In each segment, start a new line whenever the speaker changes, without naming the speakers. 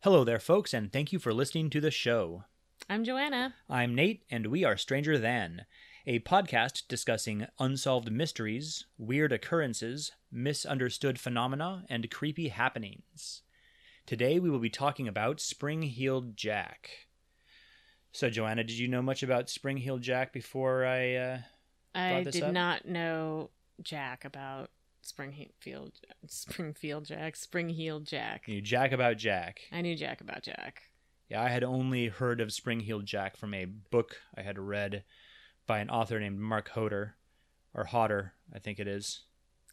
Hello there, folks, and thank you for listening to the show.
I'm Joanna.
I'm Nate, and we are Stranger Than, a podcast discussing unsolved mysteries, weird occurrences, misunderstood phenomena, and creepy happenings. Today we will be talking about Spring Heeled Jack. So, Joanna, did you know much about Spring Heeled Jack before I. Uh...
I
Brought this
did
up?
not know Jack about Springfield, Springfield Jack, Springheel Jack.
You Jack about Jack.
I knew Jack about Jack.
Yeah, I had only heard of Spring Heeled Jack from a book I had read by an author named Mark Hoder, or Hodder, I think it is.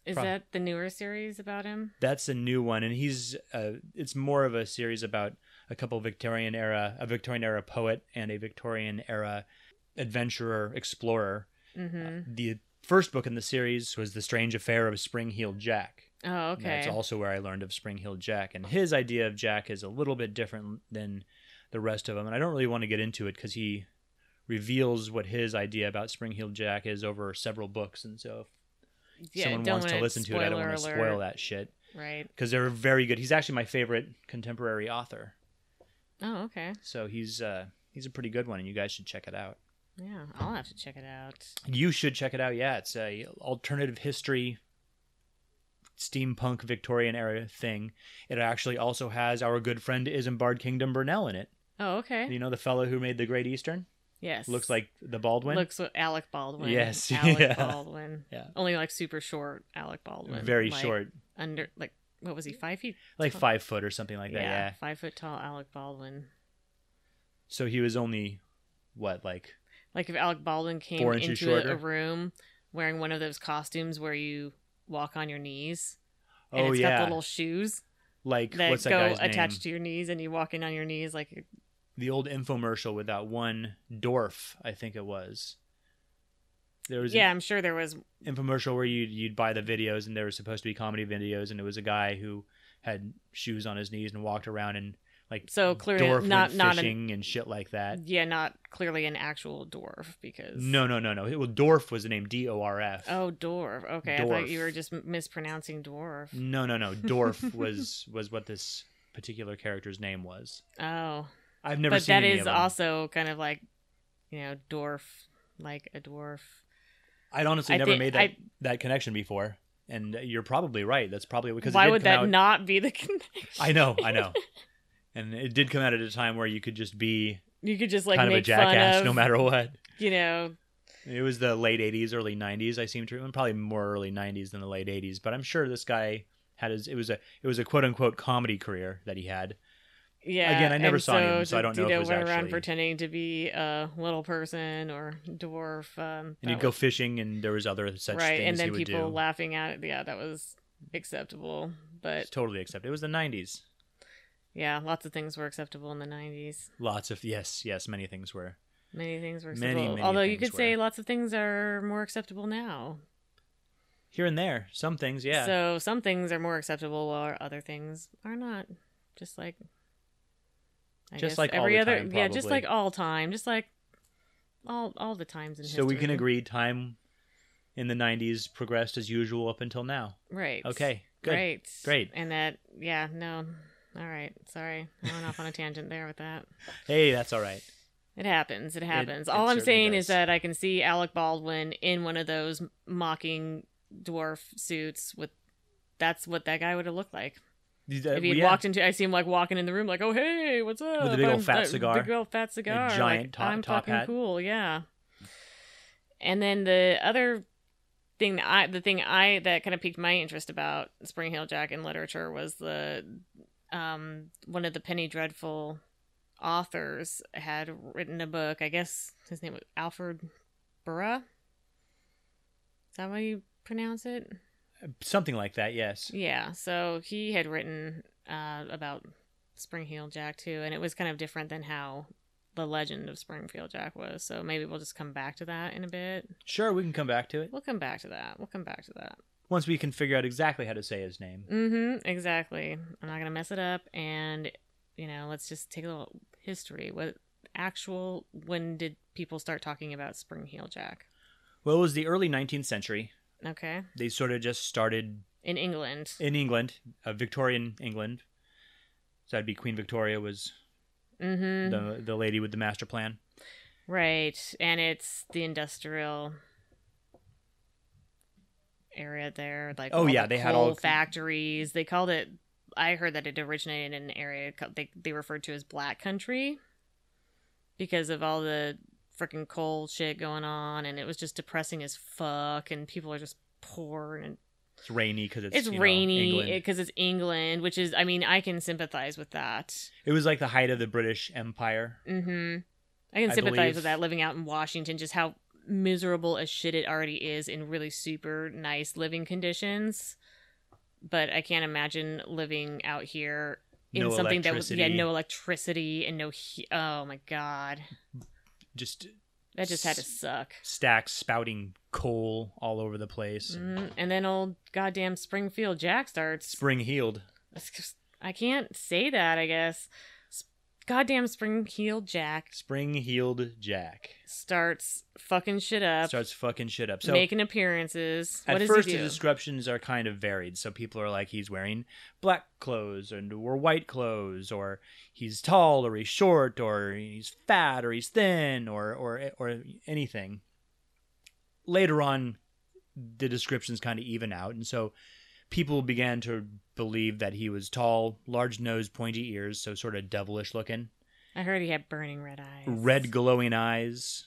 Is
From-
that the newer series about him?
That's a new one, and he's uh, it's more of a series about a couple Victorian era, a Victorian era poet and a Victorian era adventurer explorer.
Mm-hmm.
The first book in the series was The Strange Affair of Spring Heeled Jack.
Oh,
And That's
okay.
also where I learned of Spring Hill Jack. And his idea of Jack is a little bit different than the rest of them. And I don't really want to get into it because he reveals what his idea about Spring Hill Jack is over several books. And so if someone wants to
wanna-
listen to it, I don't
spoiler
want to spoil
alert.
that shit
Right.
because they're very good. He's actually my favorite contemporary author.
Oh, okay.
So he's, uh, he's a pretty good one, and you guys should check it out.
Yeah, I'll have to check it out.
You should check it out. Yeah, it's a alternative history steampunk Victorian era thing. It actually also has our good friend Isambard Kingdom Burnell in it.
Oh, okay.
You know the fellow who made the Great Eastern?
yes.
Looks like the Baldwin.
Looks like Alec Baldwin.
Yes,
Alec
yeah.
Baldwin.
Yeah.
Only like super short Alec Baldwin.
very
Like,
short.
Under like what was he? Five feet.
Like
tall?
5 foot or something like that. Yeah.
Five foot tall Alec Baldwin.
So he was only what like
Like if Alec Baldwin came
Four inches
into a- a,
shorter?
room wearing one of those costumes where you walk on your knees and
Oh
it's
yeah.
got the little shoes
like
that
what's that
go
guy's
attached
name?
to your knees and you walk in on your knees like you're-
The old infomercial with that one dwarf, I think it was. There was an
yeah i'm sure there was
infomercial where you'd you'd buy the videos and there were supposed to be comedy videos and it was a guy who had shoes on his knees and walked around and like
So clearly
dwarf
not-
went
not an-
fishing and shit like that.
yeah not clearly an actual dwarf because
No, no, no, no. It, well, dwarf was the name D O R F.
oh dwarf okay i thought you
Dwarf.
were just m- mispronouncing dwarf
no, no, no. Dwarf was was what this particular character's name was.
oh
I've never
but
seen
that
any
is
of them.
also kind of like you know dwarf like a dwarf
I'd honestly
I
never
thi-
made that
I-
that connection before, and you're probably right. That's probably because it
why
did
would
come
that
out-
not be the connection
I know, I know. And it did come out at a time where you could just be
you could just like
kind of
make
a jackass
fun of
no matter what.
you know
It was the late 80s, early 90s. I seem to remember probably more early 90s than the late 80s, but I'm sure this guy had his it was a it was a quote unquote comedy career that he had.
Yeah.
Again, I never
and
saw him, so I don't know if
Dito
it was
went around
actually-
pretending to be a little person or dwarf. Um,
And
that
he'd go
was-
fishing and there was other such
right,
things
and then
he would
people
do.
laughing at it. Yeah, that was acceptable,
It's
but
totally accepted. It was the 90s.
yeah, lots of things were acceptable in the '90s.
Lots of yes, yes, many things were.
Many things were
Many,
acceptable.
many
Although you
things
could say
were.
lots of things are more acceptable now.
Here and there, some things, yeah.
So some things are more acceptable, while other things are not. Just like. I
Just
guess
like all
every
the
other,
time,
yeah, just
probably.
like all time, just like all all the times in
So
history.
we can agree time in the 90s progressed as usual up until now.
right?
Okay. Good.
Great.
Great.
And that, yeah, no. All right. Sorry. I went off on a tangent there with that.
Hey, that's all right.
It happens. It happens.
it
All I'm
certainly
saying
does.
is that I can see Alec Baldwin in one of those mocking dwarf suits with. That's what that guy would have looked like
uh,
if he had walked into. I see him like walking in the room, like, "Oh hey, what's up?"
a big old
I'm-
fat
uh,
cigar.
big old fat cigar, like,
giant top-
I'm
top
fucking
hat.
cool, yeah. And then the other thing that I, the thing I that kind of piqued my interest about Spring Hill Jack in literature was the um one of the Penny Dreadful authors had written a book. I guess his name was Alfred Burra. Is that how you pronounce it?
something like that, yes.
Yeah, so he had written uh, about Springfield Jack too, and it was kind of different than how the legend of Springfield Jack was. So maybe we'll just come back to that in a bit.
Sure, we can come back to it.
We'll come back to that. We'll come back to that.
once we can figure out exactly how to say his name.
Mm-hmm. Exactly. I'm not gonna mess it up, and you know, let's just take a little history. What actual? When did people start talking about Springheel Jack?
Well, it was the early 19th century.
Okay,
They sort of just started
in England.
in England, uh, Victorian England, So that'd be Queen Victoria was
Mm-hmm.
the the lady with the master plan.
Right. And it's the industrial area there. Like
Oh,
all
yeah,
the
they had
coal
all-
factories. They called it I heard that it originated in an area called, they they referred to as black country because of all the freaking coal shit going on and it was just depressing as fuck and people are just poor and
It's rainy because it's
it's
you know,
rainy
England. It...
because it's England, which is I mean, I can sympathize with that.
was like the height of the British Empire.
Mm-hmm. I can
I
sympathize
believe-
with that living out in Washington, just how miserable as shit it already is in really super nice living conditions. But I can't imagine living out here in
no
something that was
electricity,
yeah, no electricity and no he- oh my god.
just
That just had to suck.
stacks spouting coal all over the place.
Mhm. And then old goddamn Springfield Jack starts.
Spring healed.
It's just- I can't say that, I guess. S- Goddamn Springfield Jack
Spring healed Jack
starts fucking shit up.
starts fucking shit up. So
making appearances. What
at
does
first,
he
the
do?
descriptions are kind of varied. So people are like, he's wearing black clothes, and or white clothes, or he's tall, or he's short, or he's fat, or he's thin, or or or anything. Later on, the descriptions kind of even out, and so people began to believe that he was tall, large nose, pointy ears, so sort of devilish looking,
I heard he had burning red eyes.
red glowing eyes,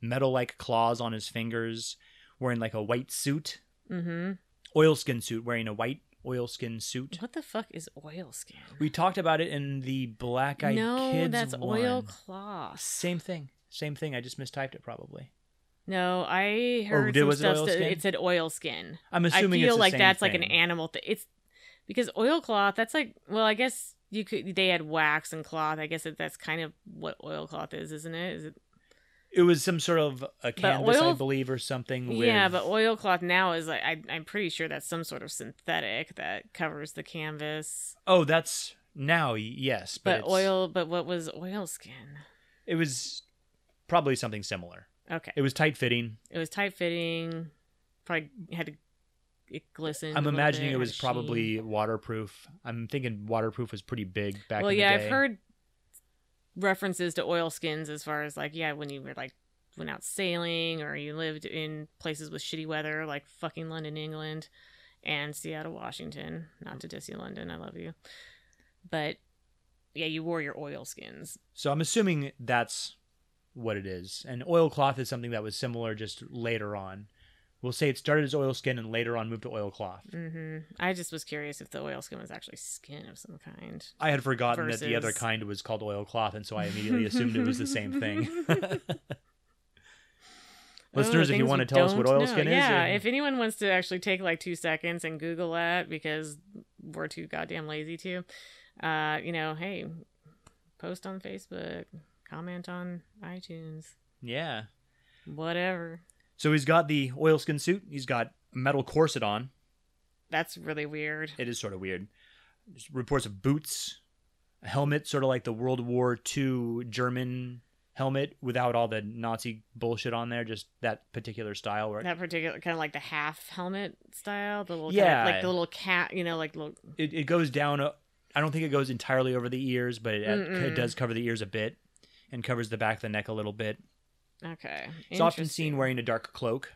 metal-like claws on his fingers, wearing like a white suit
Mm-hmm.
oilskin suit, wearing a white oilskin suit.
What the fuck is oil skin?
We talked about it in the Black Eyed
no,
Kids
that's
one.
oil cloth.
Same thing. Same thing. I just mistyped it probably.
No, I
Or
heard
Oh, did-
some
was it
stuff
oil
that-
skin?
it said oil skin.
I'm
I
assuming
feel
it's the
like
same
that's like an
thing.
animal thing. It's because oil cloth. That's like well, I guess you could. They had wax and cloth. I guess that that's kind of what oil cloth is, isn't it? Is it?
It was some sort of a canvas, I
oil-
believe, or something. With...
Yeah, but oil cloth now is like I, I'm pretty sure that's some sort of synthetic that covers the canvas.
oh, that's now yes, but,
But,
it's-
oil, but what was oil skin?
It was probably something similar.
Okay.
It was tight fitting.
It was tight fitting. Probably had to it glistened.
I'm
a little
imagining
bit,
it
had
was
a sheen.
probably waterproof. I'm thinking waterproof was pretty big back.
well,
in the
yeah,
day.
I've heard references to oil skins as far as like yeah, when you were like went out sailing or you lived in places with shitty weather like fucking London, England, and Seattle, Washington. Not to diss you, London, I love you, but yeah, you wore your oil skins.
So I'm assuming that's what it is. And oilcloth is something that was similar just later on. We'll say it started as oilskin and later on moved to oilcloth.
hmm I just was curious if the oil skin was actually skin of some kind.
I had forgotten that the other
Versus-
kind was called oilcloth, and so I immediately assumed it was the same thing. Listeners,
the
if you
Oh, things
want to
we
tell us what
don't
oil
know.
skin is,
yeah.
and-
If anyone wants to actually take like two seconds and Google that because we're too goddamn lazy to, uh, you know, hey, post on Facebook, comment on iTunes,
Yeah.
whatever.
So he's got the oilskin suit, he's got a metal corset on.
That's really weird.
It is sort of weird. There's reports of boots, a helmet, sort of like the World War II German helmet without all the Nazi bullshit on there, just that particular style. Where
That particular kind of like the half helmet style, the little
Yeah.
kind of, like the little cat, you know, like little,
it, it goes down, uh, I don't think it goes entirely over the ears, but it, it
Mm-mm.
does cover the ears a bit and covers the back of the neck a little bit.
okay.
It's often
Interesting.
seen wearing a dark cloak.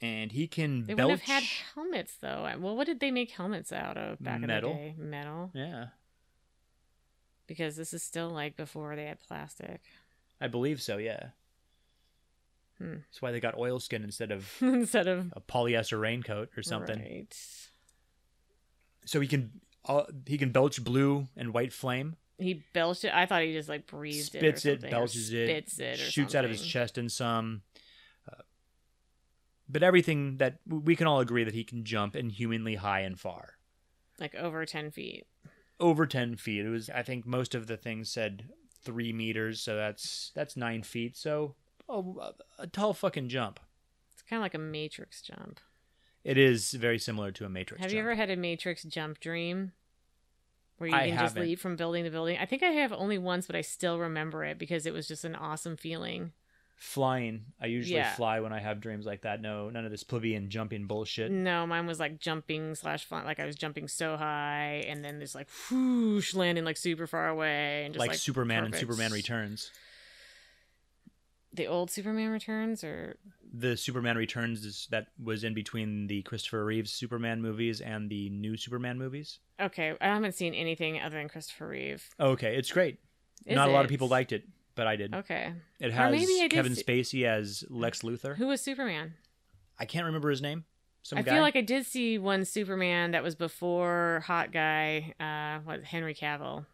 And he can
They
belch.
wouldn't have had helmets though. Well, what did they make helmets out of back
Metal.
in the day? Metal.
yeah,
because this is still like before they had plastic.
I believe so, yeah.
Hmm.
That's why they got oilskin instead of
Instead of
a polyester raincoat or something.
Right.
so he can uh, he can belch blue and white flame,
He belched it. I thought he just like breathed it. or
spits it,
something, or
belches it,
spits it, or
shoots out of his
something.
chest in some. Uh, but everything that we can all agree that he can jump inhumanly high and far,
like over ten feet.
over ten feet. It was I think most of the things said three meters, so that's that's nine feet. So oh, a- a tall fucking jump.
It's kind of like a matrix jump.
It is very similar to a matrix.
have you
jump.
ever had a matrix jump dream? Where you
I
can just
haven't.
leap from building to building. I think I have only once, but I still remember it because it was just an awesome feeling.
Flying. I usually
Yeah.
fly when I have dreams like that. No, none of this plebeian jumping bullshit.
No, mine was like jumping slash flying. Like I was jumping so high, and then just like whoosh, landing like super far away, and just
like,
like,
Superman
perfect.
and Superman Returns.
The old Superman Returns, or
The Superman Returns is, that was in between the Christopher Reeves Superman movies and the new Superman movies.
okay, I haven't seen anything other than Christopher Reeve.
Okay, it's great.
Is
Not a lot of
it?
people liked it, but I did.
Okay,
It
Or
has
maybe I did
Kevin
see-
Spacey as Lex Luthor.
who was Superman?
I can't remember his name. Some
I
guy.
feel like I did see one Superman that was before Hot Guy. Uh, what Henry Cavill?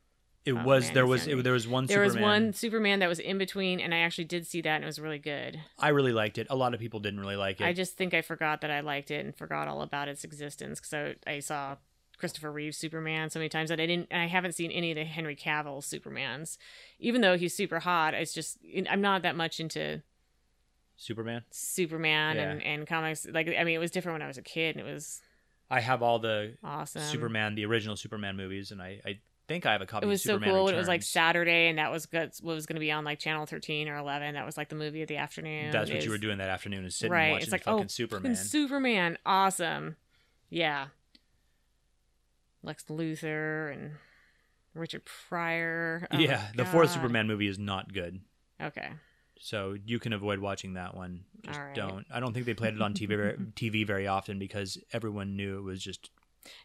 it
oh,
was
man,
there
it's
was
not me.
it, there was one
There was
Superman.
one Superman that was in between, and I actually did see that, and it was really good.
I really liked it. A lot of people didn't really like it.
I just think I forgot that I liked it and forgot all about its existence because I, I saw Christopher Reeve Superman so many times that I didn't. and I haven't seen any of the Henry Cavill Supermans, even though he's super hot. It's just I'm not that much into
Superman.
Superman and, and comics. Like I mean, it was different when I was a kid, and it was
I have all the
awesome.
Superman, the original Superman movies, and I, I think I have a copy.
It was
of
so
Superman
cool when it was like
Returns.
Saturday, and that was good, what was going to be on like Channel 13 or 11. That was like the movie of the afternoon.
That's what
It
you were
was-
doing that afternoon is sitting
Right,
watching
it's like,
fucking
oh,
Superman.
Superman, awesome. Yeah. Lex Luthor and Richard Pryor. Oh my
yeah, the fourth
God.
Superman movie is not good,
Okay.
so you can avoid watching that one. Just
All right.
don't. I don't think they played it on TV ver- TV very often because everyone knew it was just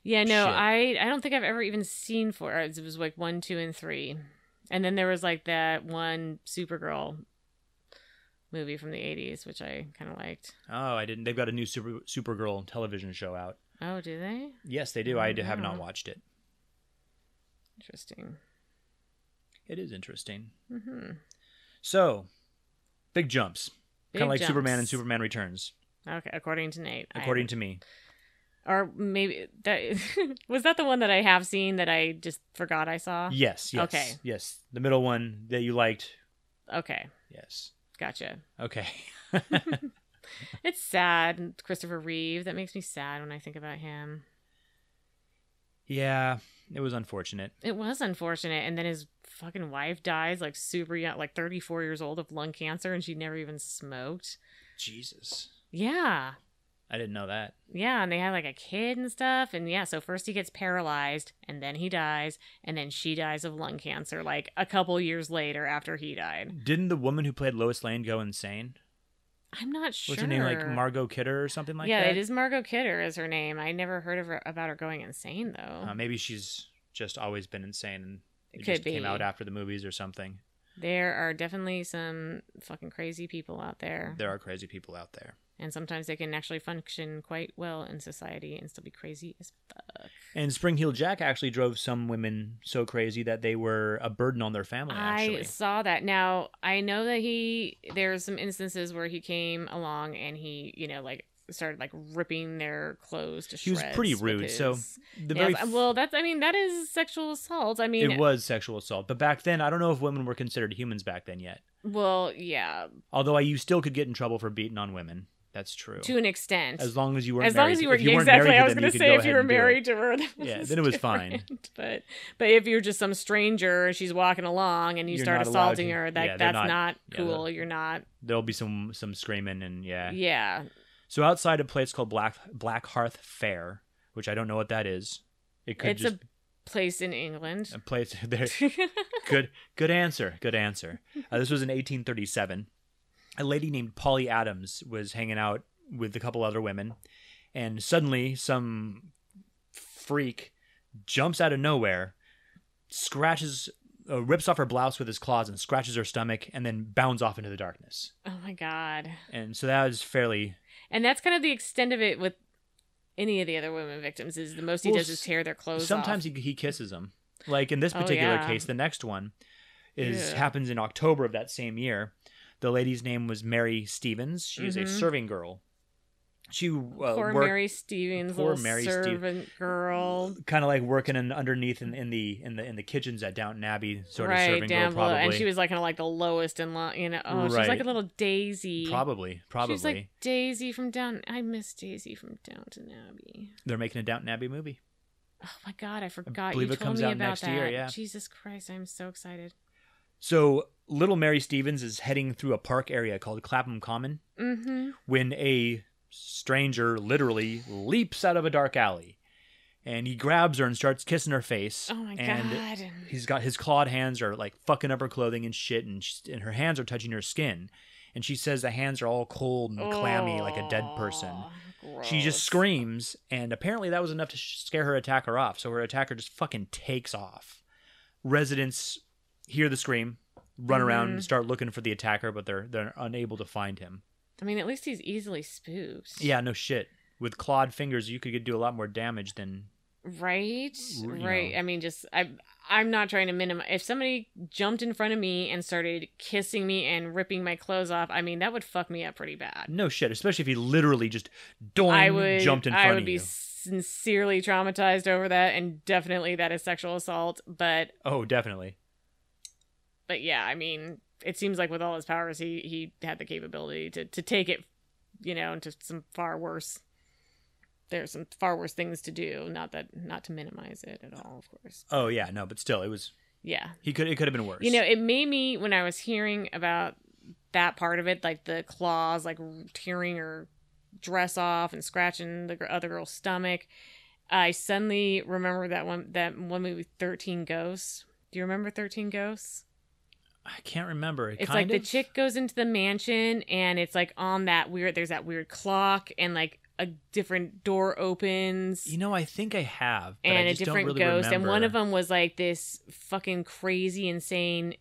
Yeah, no,
Shit.
I I don't think I've ever even seen four. It was like one, two, and three, and then there was like that one Supergirl movie from the '80s, which I kind of liked.
oh I didn't. They've got a new Super Supergirl television show out.
Oh, do they?
Yes, they do. I d- have not
Wow.
watched it.
Interesting.
It is interesting.
Mm-hmm.
So, big jumps, kind of like Superman and Superman Returns,
Okay, according to Nate. I
according to me.
or maybe that was that the one that I have seen that I just forgot I saw.
Yes. Yes.
Uh, Okay.
Yes. The middle one that you liked.
Okay,
Yes.
gotcha.
Okay.
It's sad, Christopher Reeve. That makes me sad when I think about him.
yeah, it was unfortunate.
It was unfortunate, and then his fucking wife dies like super young, like thirty four years old of lung cancer, and she never even smoked.
Jesus.
Yeah,
I didn't know that.
yeah, and they had like a kid and stuff, and yeah. So first he gets paralyzed, and then he dies, and then she dies of lung cancer, like a couple years later after he died.
Didn't the woman who played Lois Lane go insane?
I'm not sure.
What's her name? Like Margot Kidder or something like
yeah,
that?
it is Margot Kidder is her name. I never heard of her, about her going insane though.
Uh, maybe she's just always been insane and it,
It
just
could be.
came out after the movies or something.
there are definitely some fucking crazy people out there,
There are crazy people out there.
and sometimes they can actually function quite well in society and still be crazy as fuck.
And Spring Heel Jack actually drove some women so crazy that they were a burden on their family,
I
actually.
saw that. Now I know that he there's some instances where he came along and he you know like started like ripping their clothes to
He was
shreds.
pretty
with
rude, so
his
the
nails.
very f-
well, that's I mean that is sexual assault. I mean,
it was sexual assault. But back then, I don't know if women were considered humans back then yet.
well, yeah,
Although I, you still could get in trouble for beating on women. That's true.
to an extent.
as long as you weren't
as long
married
as
to-
you were
if
yeah,
weren't
exactly,
married
I
to
was
them,
going to
you could
say
go
if you
ahead
were
and do it.
married to her, that
Yeah,
was
then it was fine.
different. But but if you're just some stranger, she's walking along and you
You're
start
not allowed
assaulting
to-
her,
yeah,
that
they're
that's
not-
not,
yeah, they're-
cool. you're not.
There'll be some some screaming and yeah.
Yeah,
So outside a place called Black Blackhearth Fair, which I don't know what that is. It could
it's
just
a place in England.
a place there. Good good answer. Good answer. Uh, this was in 1837. A lady named Polly Adams was hanging out with a couple other women, and suddenly some freak jumps out of nowhere, scratches, uh, rips off her blouse with his claws and scratches her stomach, and then bounds off into the darkness.
oh my god!
And so that was fairly
And that's kind of the extent of it with any of the other women victims. Is the most he
Well,
does is tear their clothes.
sometimes
off.
he, he kisses them like in this
Oh,
particular
yeah.
case the next one is
Yeah.
happens in october of that same year the lady's name was mary stevens she is a
Mhm.
serving girl she uh,
poor
worked
Mary Stevens,
poor
little
Mary Ste-
servant girl.
kind of like working in underneath in, in the in the in the kitchens at downton abbey sort of
right
serving
down
girl
below,
probably
and she was like kind of like the lowest in line. You know, oh, she was
Right.
like a little daisy.
probably probably
She's like Daisy from Down. I miss Daisy from Downton Abbey.
they're making a downton abbey movie
Oh my god, I forgot.
believe
you
it
told
comes
me
out
about
next
that.
year, yeah.
Jesus Christ, I'm so excited.
So little Mary Stevens is heading through a park area called Clapham Common
Mm-hmm.
when a stranger literally leaps out of a dark alley and he grabs her and starts kissing her face.
Oh my
and
god.
He's got his clawed hands are like fucking up her clothing and shit, and, sh and her hands are touching her skin. And she says the hands are all cold and clammy like a dead person.
Oh,
She just
gross.
screams, and apparently that was enough to sh- scare her attacker off. So her attacker just fucking takes off. Residents hear the scream, run around, and
Mhm.
start looking for the attacker, but they're they're unable to find him.
I mean, at least he's easily spooked.
Yeah, no shit. With clawed fingers, you could do a lot more damage than
Right.
R- you
Right.
know.
I mean, just I. I'm not trying to minimize. If somebody jumped in front of me and started kissing me and ripping my clothes off, I mean, that would fuck me up pretty bad.
no shit. Especially if he literally just doing
I would
jumped in front
I would
of
be
you.
sincerely traumatized over that, and definitely that is sexual assault. But
Oh, definitely.
but yeah, I mean, it seems like with all his powers, he he had the capability to to take it, you know, into some far worse. There's some far worse things to do. Not that not to minimize it at all, of course.
Oh yeah, no, but still, it was
Yeah,
he could it could have been worse.
you know, it made me when I was hearing about that part of it, like the claws, like tearing her dress off and scratching the gr- other girl's stomach. I suddenly remember that one that one movie, Thirteen Ghosts. Do you remember Thirteen Ghosts?
I can't remember.
It's
kind
like
of?
the chick goes into the mansion and it's like on that weird there's that weird clock and like a different door opens
You know, I think I have, but
and
I
a
just
different
don't really
ghost
remember.
and one of them was like this fucking crazy insane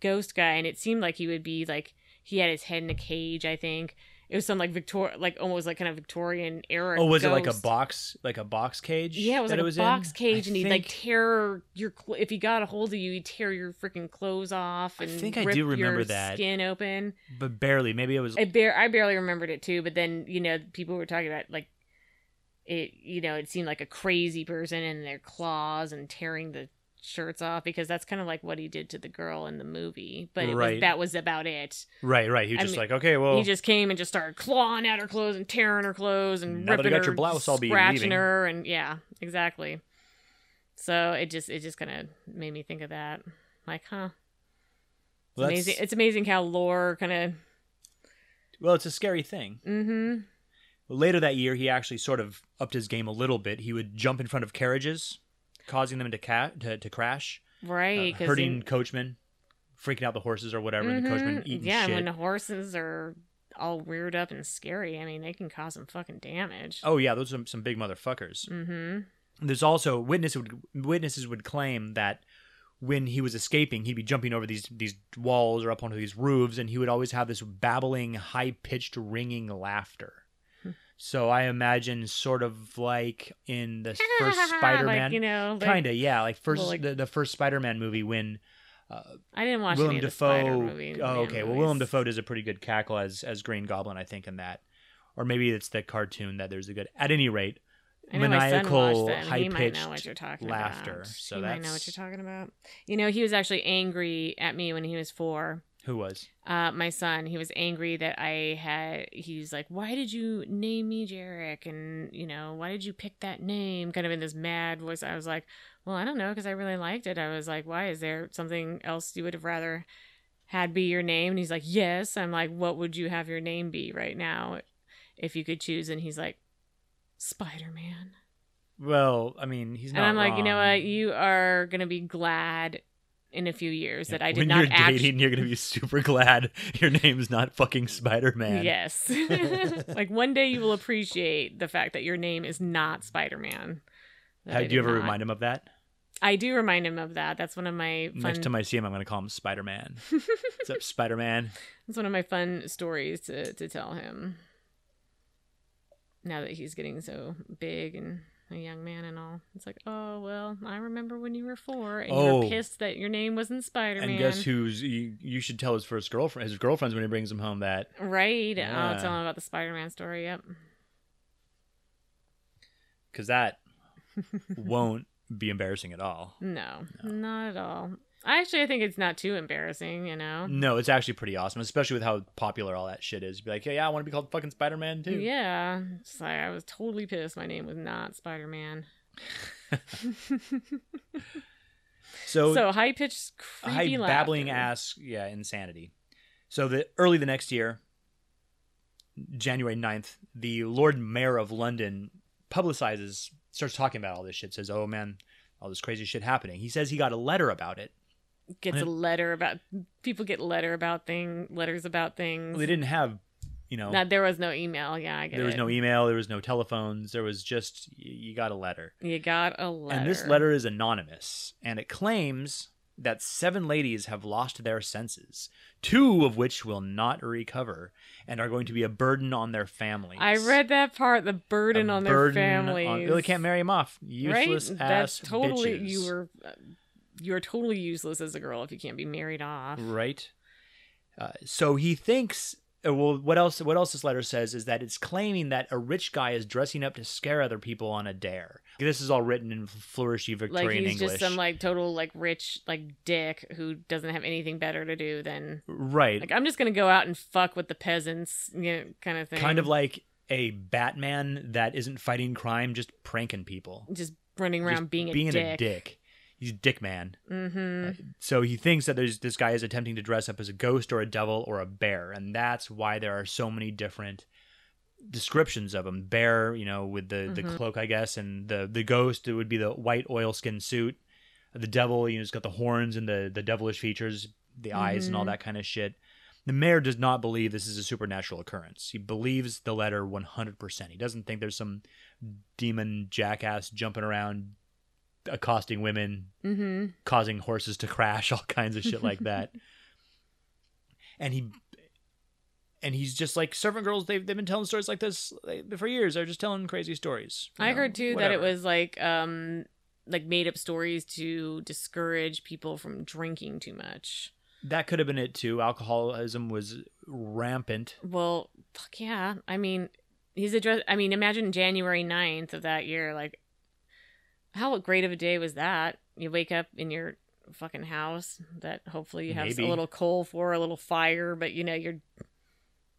ghost guy and it seemed like he would be like he had his head in a cage I think it was some like Victor like almost like kind of Victorian era
Oh, was it like a
ghost.
box, like a box cage?
yeah, it was
that
like a
in?
box cage,
I
and he'd like
think-
tear your cl- if he got a hold of you, he'd tear your freaking clothes off
I
and
think I
rip
do remember
your
that.
skin open.
but barely. Maybe it was.
I bar- I barely remembered it too, but then you know people were talking about like it. You know, it seemed like a crazy person and their claws and tearing the shirts off because that's kind of like what he did to the girl in the movie. But it
Right.
was, that was about it.
right, right. He was
I
just
mean,
like, okay, well,
He just came and just started clawing at her clothes and tearing her clothes and
Now that I
ripping
got
her,
your blouse, I'll be
scratching
leaving.
her, and yeah, exactly. So it just it just kind of made me think of that. Like, huh? It's
well, that's-
amazing. It's amazing how lore kind of.
well, it's a scary thing.
Mm-hmm.
Later that year, he actually sort of upped his game a little bit. He would jump in front of carriages, causing them to ca- to, to crash, uh,
Right. 'cause
hurting
in-
coachmen, freaking out the horses or whatever, and the coachman
Mhm.
eating
yeah,
shit.
when the horses are all reared up and scary, I mean, they can cause some fucking damage.
Oh yeah, those are some, some big motherfuckers.
Mm-hmm.
There's also witness would, witnesses would claim that when he was escaping, he'd be jumping over these these walls or up onto these roofs, and he would always have this babbling, high pitched, ringing laughter.
Hmm.
So I imagine sort of like in the first Spider-Man,
like, you know, like,
kind of yeah, like first
Well, like-
the, the first Spider-Man movie when uh,
I didn't watch
Willem
any of the Spider
Dafoe.
movie.
Oh,
man
okay. Well, Willem
movies.
Dafoe does a pretty good cackle as as Green Goblin, I think, in that, or maybe it's the cartoon that there's a good. At any rate,
I know my son watched
maniacal,
that, and he might know what
high-pitched
you're talking
laughter.
About.
So
he might know
that's-
what you're talking about. You know, he was actually angry at me when he was four.
who was?
uh, my son, he was angry that I had. He was like, "Why did you name me Jarek?" And you know, why did you pick that name? Kind of in this mad voice. I was like, "Well, I don't know, because I really liked it." I was like, "Why is there something else you would have rather had be your name?" And he's like, "Yes." I'm like, "What would you have your name be right now, if you could choose?" And he's like, "Spider Man."
Well, I mean, he's not.
And I'm like, you know
wrong.
what? You are gonna be glad in a few years that I did
when
not
you're
act-
dating, you're gonna be super glad your name's not fucking Spider Man.
Yes. like one day you will appreciate the fact that your name is not Spider Man.
Have you ever remind him of that?
I do remind him of that. That's one of my fun.
Next time I see him, I'm gonna call him Spider Man. What's up, Spider Man?
that's one of my fun stories to to tell him. Now that he's getting so big and a young man and all, it's like, oh well, I remember when you were four and you
Oh.
were pissed that your name wasn't Spider Man.
And guess who's? You, you should tell his first girlfriend, his girlfriend's when he brings him home that.
Right. I'll tell
Yeah.
him about the Spider Man story. Yep.
because that won't be embarrassing at all.
No,
No.
not at all. Actually, I think it's not too embarrassing. You know.
No, it's actually pretty awesome, especially with how popular all that shit is. Be like, yeah, yeah, I want to be called fucking Spider Man too.
Yeah. It's like I was totally pissed my name was not Spider Man.
So,
so high pitched,
high
creepy,
babbling
laughter.
ass, yeah, insanity. So the early the next year, January 9th, the Lord Mayor of London publicizes, starts talking about all this shit. Says, "Oh man, all this crazy shit happening." He says he got a letter about it.
Gets a letter about people get letter about thing letters about things.
Well, they didn't have, you know,
Not, there was no email. Yeah, I get
there was
it.
no e-, email, there was no telephones, there was just y- you got a letter.
You got a letter.
And this letter is anonymous, and it claims that seven ladies have lost their senses, two of which will not recover and are going to be a burden on their families.
I read that part. The
A
burden on their
burden on-
families.
oh, they can't marry him off. Useless
right?
ass
That's totally
bitches.
you were. uh, You're totally useless as a girl if you can't be married off.
right. Uh, so he thinks. uh, Well, what else? What else this letter says is that it's claiming that a rich guy is dressing up to scare other people on a dare. This is all written in flourishy
Like
Victorian
he's
English.
just some like total like rich like dick who doesn't have anything better to do than
right.
like I'm just gonna go out and fuck with the peasants, you know, kind of thing.
kind of like a Batman that isn't fighting crime, just pranking people,
just running around
Just
being a
being
dick.
a dick. He's a dick man.
Mm-hmm.
So he thinks that there's this guy is attempting to dress up as a ghost or a devil or a bear, and that's why there are so many different descriptions of him. Bear, you know, with the, the
Mhm.
cloak, I guess, and the the ghost it would be the white oilskin suit. The devil, you know, has got the horns and the the devilish features, the eyes, and all
Mhm.
that kind of shit. The mayor does not believe this is a supernatural occurrence. He believes the letter 100%. He doesn't think there's some demon jackass jumping around accosting women,
Mm-hmm.
causing horses to crash, all kinds of shit like that. and he and he's just like servant girls. They've they've been telling stories like this like, for years. They're just telling crazy stories. you
I
know,
heard too that it
whatever.
was like um like made up stories to discourage people from drinking too much.
that could have been it too. Alcoholism was rampant.
Well, fuck yeah. I mean, he's address. I mean, imagine January 9th of that year. Like, how great of a day was that? You wake up in your fucking house that hopefully you have
Maybe.
a little coal for, a little fire, but you know, you're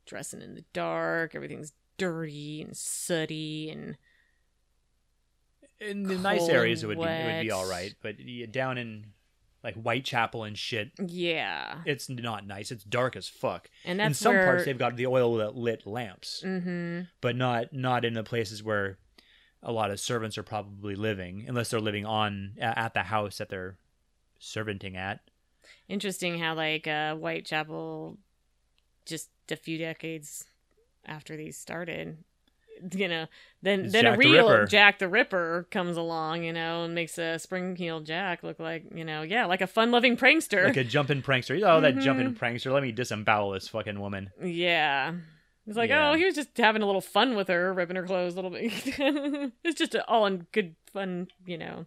dressing in the dark. Everything's dirty and sooty and
In the nice
Cold
areas, it
and
would be, it would be
wet.
all right. But yeah, down in like Whitechapel and shit,
yeah.
it's not nice. It's dark as fuck.
And
In
that's
some
where,
parts, they've got the oil that lit lamps.
Mm-hmm.
but not not in the places where a lot of servants are probably living, unless they're living on a- at the house that they're servanting at.
interesting how like uh whitechapel just a few decades after these started you know then
It's
then
Jack
a
the
real
Ripper.
jack the ripper comes along you know and makes a spring heel jack look like you know yeah like a fun-loving prankster
Like a jumping prankster. Oh, that
Mhm.
jumping prankster! Let me disembowel this fucking woman.
yeah it's like
Yeah.
oh he was just having a little fun with her ripping her clothes a little bit it's just a, all in good fun you know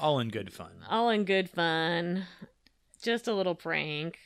All in good fun.
all in good fun just a little prank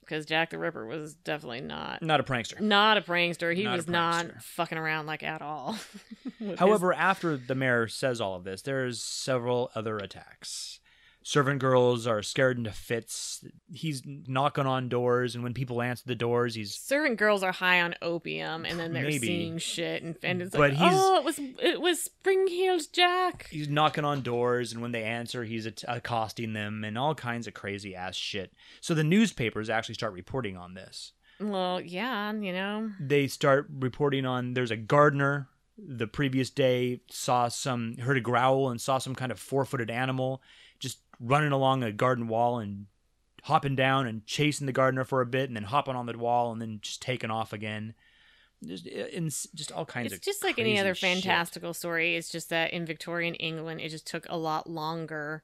because jack the ripper was definitely not
Not a prankster.
not a prankster. He
Not a
was not
prankster.
fucking around like at all. With his-
However, after the mayor says all of this, there's several other attacks. Servant girls are scared into fits. He's knocking on doors, and when people answer the doors, he's
servant girls are high on opium, and then they're
Maybe.
seeing shit, and, and it's like,
But he's-
oh, it was it was spring heels Jack.
he's knocking on doors and when they answer he's at- accosting them and all kinds of crazy ass shit so the newspapers actually start reporting on this
Well, yeah, you know,
they start reporting on there's a gardener the previous day saw some heard a growl and saw some kind of four-footed animal just running along a garden wall and hopping down and chasing the gardener for a bit and then hopping on the wall and then just taking off again just, in, just all kinds
it's
of
just like any
crazy
other
shit.
fantastical story. It's just that in Victorian England, it just took a lot longer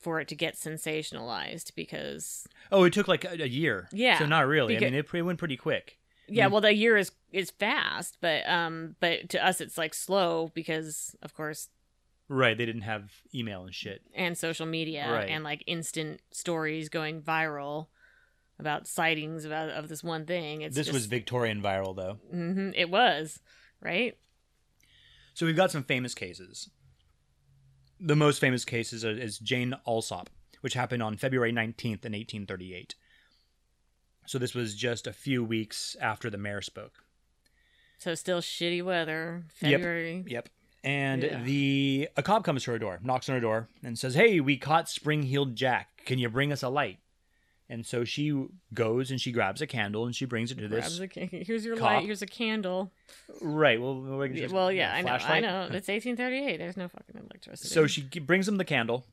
for it to get sensationalized because
oh it took like a, a year
Yeah,
so not really i
because-
mean it, it went pretty quick
Yeah,
Mm.
well, the year is is fast, but um, but to us it's like slow because of course,
Right, they didn't have email and shit.
and social media
Right.
and like instant stories going viral about sightings about of this one thing. It's
this was
just,
Victorian viral though.
Mhm, it was right.
So we've got some famous cases. The most famous case is, is Jane Alsop, which happened on February 19th in 1838. So this was just a few weeks after the mayor spoke.
So still shitty weather.
Yep.
February.
Yep. And
Yeah.
the a cop comes to her door, knocks on her door, and says, "Hey, we caught Spring-heeled Jack. Can you bring us a light?" And so she goes and she grabs a candle and she brings it to this.
Grabs a can- here's your
cop-
light. Here's a candle.
Right. Well, we're making sure it's-
well, yeah, I know. I
flashlight.
know. It's 1838. There's no fucking electricity.
So she g- brings him the candle.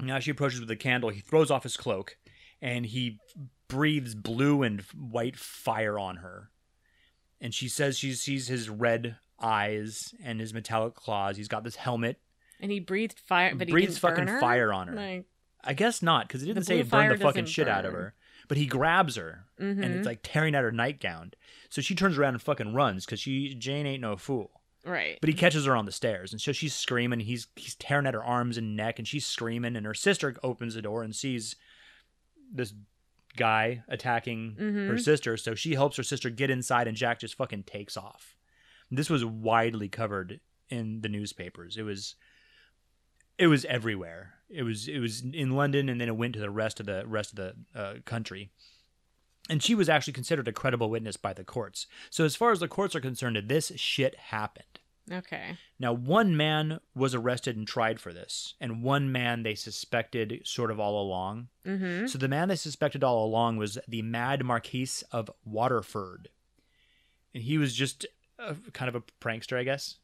Now she approaches with the candle. He throws off his cloak, and he breathes blue and f- white fire on her. And she says she sees his red eyes and his metallic claws. He's got this helmet.
and he breathed fire, but he
breathes
didn't
fucking
burn her?
fire on her.
Like,
I guess not, because it didn't
The
say
blue
it burned the
fire
fucking
doesn't
shit out of
burn.
her. But he grabs her, and
mhm.
it's like tearing at her nightgown. So she turns around and fucking runs, because she Jane ain't no fool.
mm-hmm. right.
But he catches her on the stairs, and so she's screaming. He's he's tearing at her arms and neck, and she's screaming. And her sister opens the door and sees this guy attacking
Mhm.
her sister. So she helps her sister get inside, and Jack just fucking takes off. This was widely covered in the newspapers. It was it was everywhere. It was it was in London, and then it went to the rest of the rest of the uh, country. And she was actually considered a credible witness by the courts. So as far as the courts are concerned, this shit happened.
okay.
Now, one man was arrested and tried for this, and one man they suspected sort of all along.
Mm-hmm.
So, the man they suspected all along was the Mad Marquis of Waterford. And he was just a, kind of a prankster, I guess.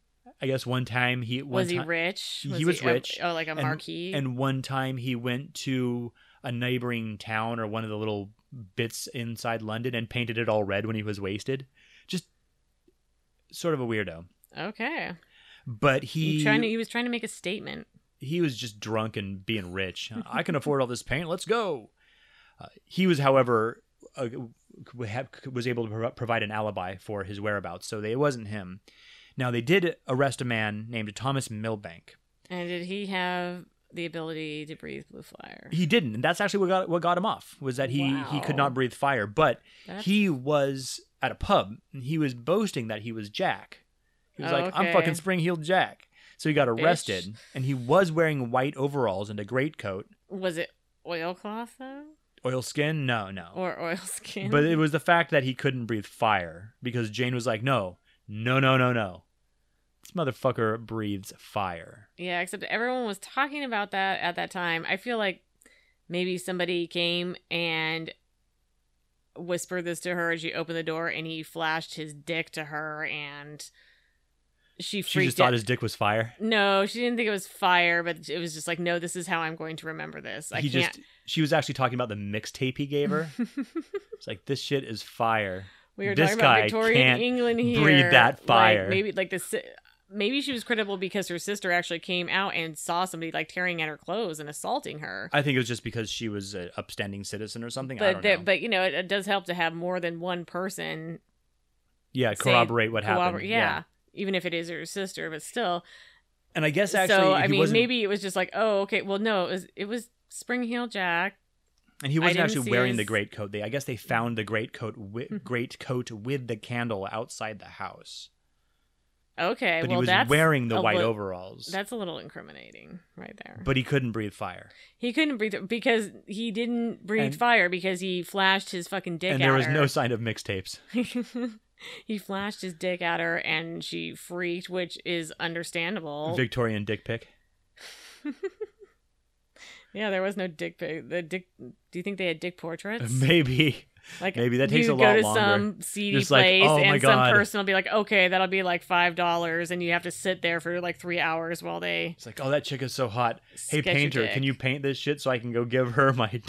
I guess one time he one
Was he
ti-
rich?
He was
a-
rich,
Oh, like a
and-
marquee.
and one time he went to a neighboring town or one of the little bits inside London and painted it all red when he was wasted. Just sort of a weirdo.
okay.
But
He,
he
trying to, he was trying to make a statement.
he was just drunk and being rich. I can afford all this paint. Let's go. Uh, he was, however, uh, have, was able to pro- provide an alibi for his whereabouts, so they, it wasn't him. Now they did arrest a man named Thomas Milbank.
And did he have the ability to breathe blue fire?
He didn't, and that's actually what got what got him off was that he he could
Wow.
not breathe fire. But
That's-
he was at a pub. And he was boasting that he was Jack. He was
Oh,
like, "I'm
okay.
fucking spring heeled Jack." So he got arrested, and he was wearing white overalls and a greatcoat.
was it oilcloth though,
Oil skin? No, no.
or oil skin?
But it was the fact that he couldn't breathe fire because Jane was like, no, no, no, no, no. This motherfucker breathes fire.
Yeah, except everyone was talking about that at that time. I feel like maybe somebody came and whispered this to her as she opened the door and he flashed his dick to her and she freaked
She just
out.
thought his dick was fire.
no, she didn't think it was fire, but it was just like, no, this is how I'm going to remember this. I
he
can't.
just she was actually talking about the mixtape he gave her. it's like this shit is fire.
we were
This
talking about
guy
Victorian
can't
England
breathe
here.
that
Like,
fire.
maybe like this. Maybe she was credible because her sister actually came out and saw somebody like tearing at her clothes and assaulting her.
I think it was just because she was an upstanding citizen or something. I
but
don't
there,
know.
but you know it, it does help to have more than one person
yeah,
say-
corroborate what
corrobor-
happened.
yeah, even if it is her sister but still
and I guess actually,
so i
he
mean
wasn't,
maybe it was just like oh okay well no it was it was spring heel jack
and he
I
wasn't
didn't
actually
see
wearing
his-
the great coat. They, I guess, they found the great coat, wi- great coat with the candle outside the house,
okay
but
well
he was
that's
wearing the
a
white
li-
overalls.
that's a little incriminating right there
but he couldn't breathe fire.
he couldn't breathe because he didn't breathe
And-
fire because he flashed his fucking dick
and there
at
was
her.
no sign of mixtapes.
he flashed his dick at her and she freaked which is understandable
Victorian dick pic.
yeah there was no dick pic the dick do you think they had dick portraits
Maybe.
Like
Maybe that takes
you
a
go
lot
to
longer.
some seedy
Just like,
place
"Oh my
and
God."
some person will be like, "Okay, that'll be like five dollars," and you have to sit there for like three hours while they.
It's like, oh, that chick is so hot. Hey,
sketch your
painter, can
dick," Mm.
you paint this shit so I can go give her my? d-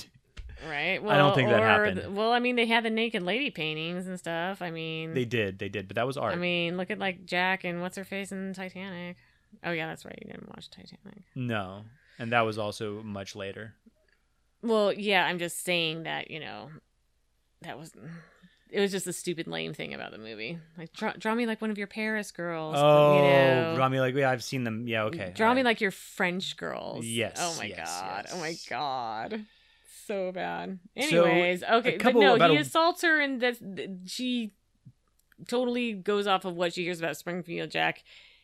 Right. Well,
I don't think that
or
happened.
th- well, I mean, they had the naked lady paintings and stuff. I mean,
They did, they did, but that was art.
I mean, look at like Jack and what's her face in Titanic. Oh yeah, that's right. You didn't watch Titanic.
no, and that was also much later.
Well, yeah, I'm just saying that you know, that was. It was just the stupid lame thing about the movie. Like draw, draw me like one of your Paris girls.
Oh,
you know.
draw me like yeah, I've seen them. Yeah, okay.
Draw
all
me
right.
like your French girls.
Yes,
Oh my
yes,
god. Oh my
yes.
god. So bad.
So,
Anyways, okay, but
couple-
no,
about
he
a-
assaults her, and that's th- she totally goes off of what she hears about Springfield Jack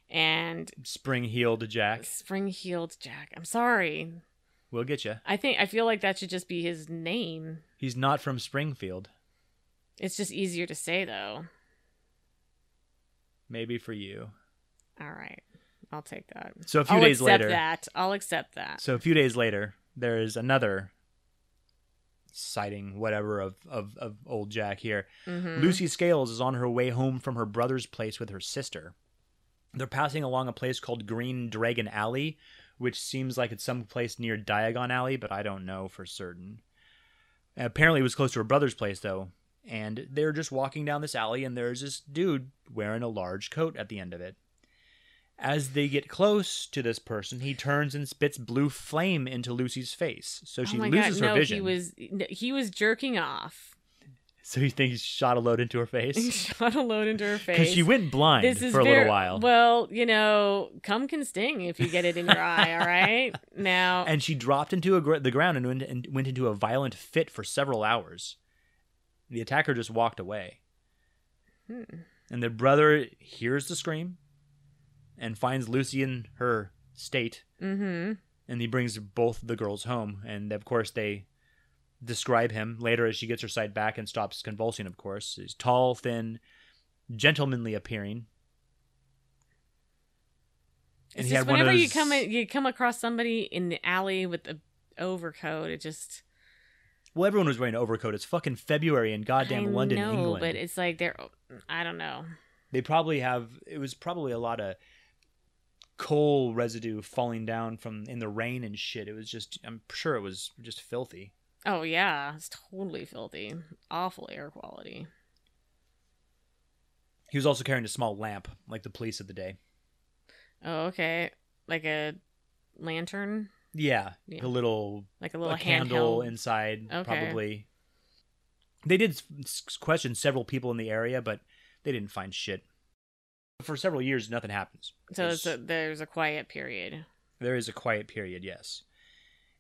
and
spring heeled Jack.
Spring Heeled Jack. I'm sorry.
We'll get you.
I think I feel like that should just be his name.
He's not from Springfield.
It's just easier to say though.
Maybe for you.
All right. I'll take that.
So a few
I'll
days
accept
later,
that. I'll accept that.
so a few days later, there is another sighting, whatever, of of, of old Jack here.
Mhm.
Lucy Scales is on her way home from her brother's place with her sister. They're passing along a place called Green Dragon Alley, which seems like it's some place near Diagon Alley, but I don't know for certain. Apparently, it was close to her brother's place, though. And they're just walking down this alley, and there's this dude wearing a large coat at the end of it. As they get close to this person, he turns and spits blue flame into Lucy's face, so she
oh my
loses
God,
her
no,
vision.
He was no, he was jerking off.
So you think he shot a load into her
He
face?
shot a load into her face.
Because she went blind
This is
for a
ver-
little while.
Well, you know, cum can sting if you get it in your eye. All right, now
and she dropped into a gr- the ground and went, and went into a violent fit for several hours. The attacker just walked away.
Hmm.
And the brother hears the scream and finds Lucy in her state.
mm-hmm.
And he brings both the girls home. And of course, they describe him later as she gets her sight back and stops convulsing, of course. He's tall, thin, gentlemanly appearing.
It's just
he had one of
whenever you
those-
come in, you come across somebody in the alley with a overcoat. It just
Well, everyone was wearing overcoat. It's fucking February in goddamn
I
London,
know,
England.
but it's like they're I don't know.
they probably have. It was probably a lot of coal residue falling down from in the rain and shit. It was just. I'm sure it was just filthy.
Oh yeah, it's totally filthy. Awful air quality.
He was also carrying a small lamp, like the police of the day.
Oh okay, like a lantern,
Yeah,
Yeah.
a little,
like a little
a candle
handheld.
inside,
Okay.
probably. They did s- s- question several people in the area, but they didn't find shit. For several years, nothing happens.
so
There's-
it's a, there's a quiet period.
There is a quiet period, yes.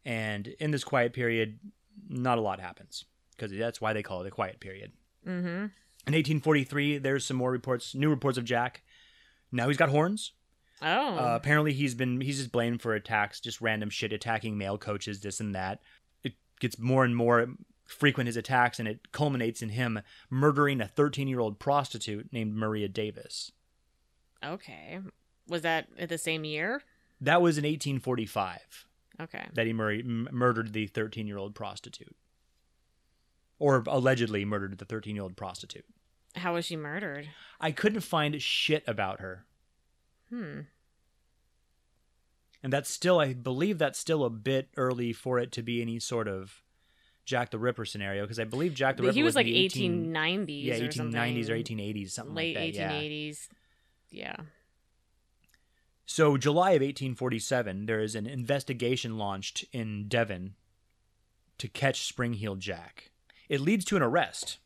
And in this quiet period, not a lot happens because that's why they call it a quiet period.
Mm-hmm.
In 1843, there's some more reports, new reports of Jack. Now he's got horns.
Oh,
Uh, apparently, he's been he's just blamed for attacks, just random shit, attacking male coaches, this and that. It gets more and more frequent his attacks, and it culminates in him murdering a 13 year old prostitute named Maria Davis.
okay. Was that at the same year?
That was in 1845.
Okay.
that he mur- m- murdered the 13 year old prostitute. Or allegedly murdered the 13 year old prostitute.
How was she murdered?
I couldn't find shit about her.
Hmm.
And that's still, I believe that's still a bit early for it to be any sort of Jack the Ripper scenario, because I believe Jack the Ripper
he was like
the 18,
1890s.
yeah,
or
1890s or
something.
1880s, something
late
like that. yeah.
1880s. Yeah.
So, July of 1847, there is an investigation launched in Devon to catch Springheel Jack. It leads to an arrest.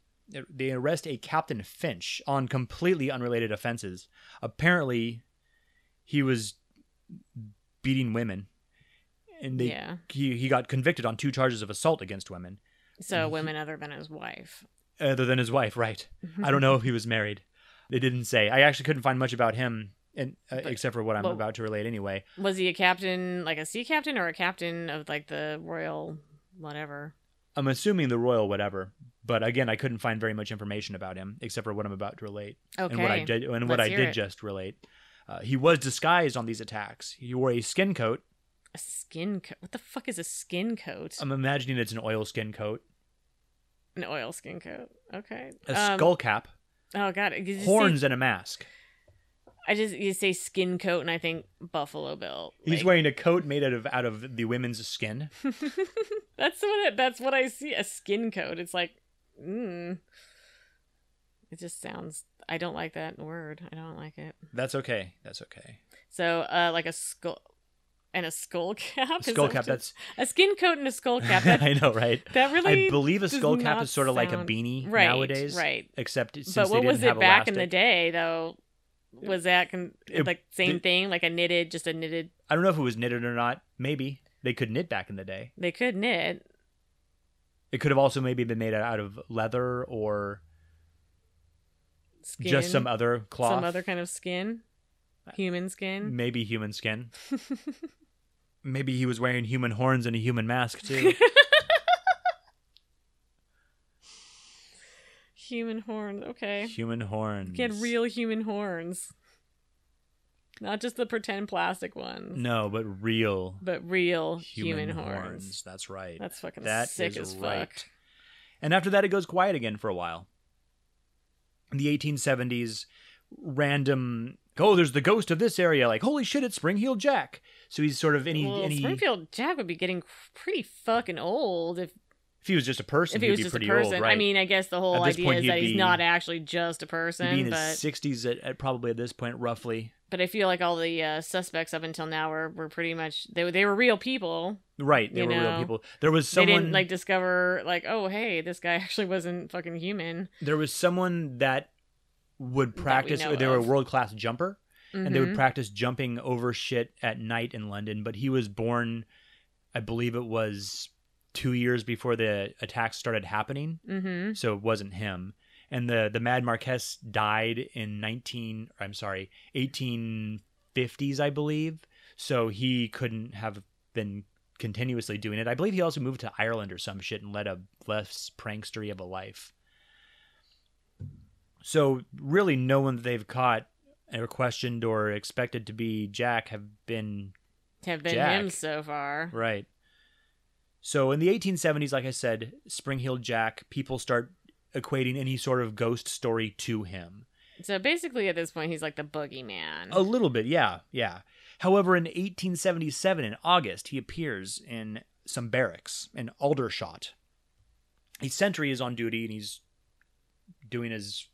They arrest a Captain Finch on completely unrelated offenses. Apparently, he was beating women, and they
yeah.
he, he got convicted on two charges of assault against women,
So women other than his wife.
other than his wife. Right? I
Mm-hmm.
don't know if he was married. They didn't say. I actually couldn't find much about him, and uh,
But-
except for what I'm
but-
about to relate anyway.
Was he a captain, like a sea captain, or a captain of like the royal whatever?
I'm assuming the royal whatever, but again, I couldn't find very much information about him except for what I'm about to relate
Okay.
and what I did and what
Let's
I
hear
did
it.
just relate. Uh, he was disguised on these attacks. He wore a skin coat.
A skin coat. What the fuck is a skin coat?
I'm imagining it's an oil skin coat,
An oil skin coat. Okay.
a
Um,
skull cap,
Oh god. You just say-
horns, and a mask.
I just you say skin coat, and I think Buffalo Bill.
He's
Like,
wearing a coat made out of out of the women's skin.
that's what it, that's what I see a skin coat. It's like, mm. it just sounds. I don't like that word. I don't like it.
That's okay. That's okay.
So, uh, like a skull and a skull cap.
A
is
skull
that
cap.
what
That's
you- a skin coat and a skull cap. That,
I know, right?
that really
I believe a
does
skull cap
not
is sort of like a
sound-
beanie
right
nowadays,
Right.
Except since
But
they
what
didn't
was
have
it back in the
elastic.
day though? Was that con-
It-
like same
the-
thing, like a knitted, just a knitted?
I don't know if it was knitted or not. Maybe they could knit back in the day.
They could knit.
It could have also maybe been made out of leather or
Skin,
just some other cloth. Uh,
some other kind of skin, human skin.
Maybe human skin. maybe he was wearing human horns and a human mask too.
human horns. Okay.
human horns.
Get real human horns. Not just the pretend plastic ones,
No, but real
but real human,
human, horns.
horns.
That's right.
That's fucking
That
sick
is
as fuck.
right. And after that, it goes quiet again for a while. In the 1870s, random oh, there's the ghost of this area. Like holy shit, it's Spring Heel Jack. So he's sort of any
well,
any
Springfield Jack would be getting pretty fucking old if
if he was just a person,
if he
he'd
was
be
just a
pretty
person.
old, right?
I mean, I guess the whole
At this
idea
point,
is
he'd
that he's
be-
not actually just a
He'd be
person,
in
but
his 60s at, at probably at this point, roughly.
but I feel like all the uh, suspects up until now were, were pretty much they were- they were real people.
Right, they
You
were real
know,
people. There was
they
someone
didn't like discover like oh hey this guy actually wasn't fucking human.
there was someone that would
we
practice.
know
they were a
of.
world class jumper. and they
Mhm.
would practice jumping over shit at night in London. But he was born, I believe it was two years before the attacks started happening,
Mm-hmm.
so it wasn't him. And the the Mad Marquess died in nineteen, or I'm sorry, eighteen fifties, I believe. So he couldn't have been continuously doing it. I believe he also moved to Ireland or some shit and led a less prankstery of a life. So really, no one that they've caught or questioned or expected to be Jack have been
Have been
Jack.
him so far.
Right. So in the 1870s, like I said, Spring Heel Jack, people start equating any sort of ghost story to him.
So basically, at this point, he's like the boogeyman.
A little bit, yeah, yeah. However, in 1877, in August, he appears in some barracks in Aldershot. A sentry is on duty and he's doing his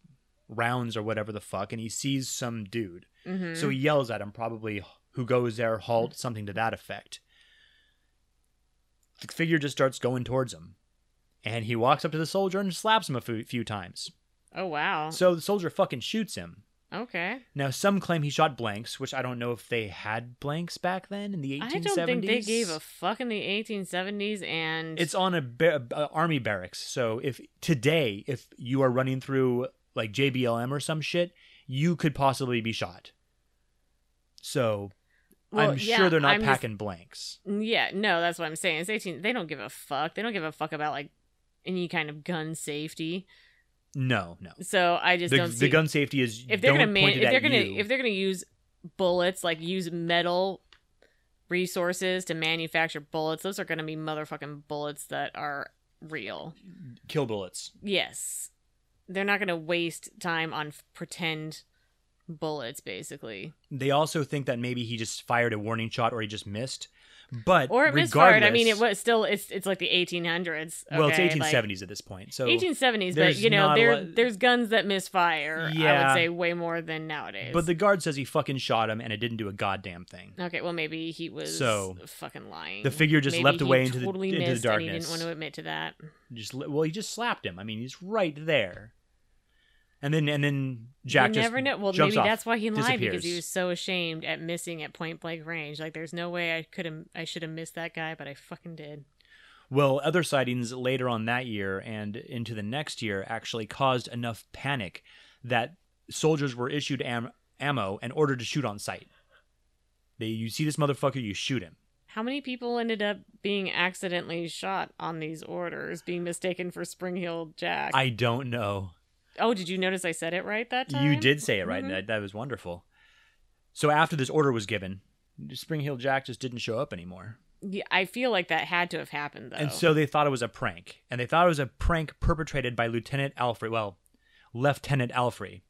rounds or whatever the fuck, and he sees some dude.
Mhm.
So he yells at him, probably who goes there,
Mm-hmm.
halt, something to that effect. The figure just starts going towards him. And he walks up to the soldier and slaps him a few, few times.
oh wow.
So the soldier fucking shoots him.
okay.
Now, some claim he shot blanks, which I don't know if they had blanks back then in the 1870s.
I don't think they gave a fuck in the 1870s, and
It's on a, bar- a army barracks. So if today, if you are running through like JBLM or some shit, you could possibly be shot. So
Well,
I'm
yeah,
sure they're not
I'm just-
packing blanks.
yeah, no, that's what I'm saying. It's 18. They don't give a fuck. They don't give a fuck about like any kind of gun safety.
No, no.
So I just
The,
don't
the
see
gun safety is
if they're
don't
gonna man,
point it
if they're
at
gonna
you.
if they're gonna use bullets like use metal resources to manufacture bullets those are gonna be motherfucking bullets that are real
kill bullets.
yes they're not gonna waste time on f- pretend bullets basically
They also think that maybe he just fired a warning shot or he just missed. But
or it misfired i mean it
regardless-
was still it's it's like the 1800s okay?
well, it's 1870s
like-
at this point. So
1870s, but
there's
you know
not a
there
lot-
there's guns that misfire. I
Yeah.
would say way more than nowadays.
but the guard says he fucking shot him and it didn't do a goddamn thing.
Okay, well maybe he was
So,
fucking lying.
the figure just
Maybe
leapt
he
away into the-
totally
into the
missed And he
darkness.
didn't want to admit to that.
Just li- well, he just slapped him. I mean, he's right there. And then and then Jack
you
just
never know. Well,
jumps
maybe
off.
that's why he lied because he
disappears.
was so ashamed at missing at point blank range. Like, there's no way I could have, I should have missed that guy, but I fucking did.
Well, other sightings later on that year and into the next year actually caused enough panic that soldiers were issued am- ammo and ordered to shoot on sight. They, you see this motherfucker, you shoot him.
How many people ended up being accidentally shot on these orders, being mistaken for Spring Hill Jack?
I don't know.
oh, did you notice I said it right that time?
You did say it right, and
Mhm.
that, that was wonderful. So after this order was given, Spring Hill Jack just didn't show up anymore.
Yeah, I feel like that had to have happened though.
And so they thought it was a prank. And they thought it was a prank perpetrated by Lieutenant Alfrey. Well, Lieutenant Alfrey.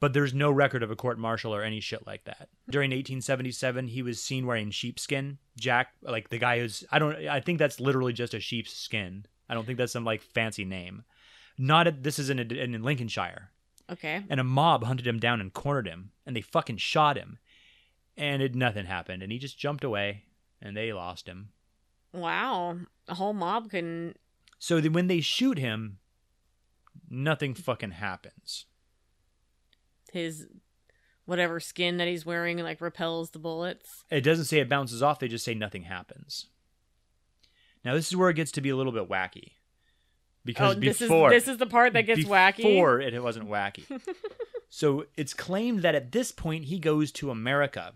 But there's no record of a court martial or any shit like that. During 1877, he was seen wearing sheepskin. Jack, like the guy who's, I don't, I think that's literally just a sheep's skin. I don't think that's some like fancy name. Not at, this is in, in Lincolnshire.
okay,
And a mob hunted him down and cornered him. And they fucking shot him. And it, nothing happened. And he just jumped away. And they lost him.
wow, a whole mob couldn't
So that when they shoot him, nothing fucking happens.
his whatever skin that he's wearing like repels the bullets.
It doesn't say it bounces off, they just say nothing happens. Now this is where it gets to be a little bit wacky. Because
oh, this
before
is this is the part that gets wacky.
Before it, it wasn't wacky. so it's claimed that at this point he goes to America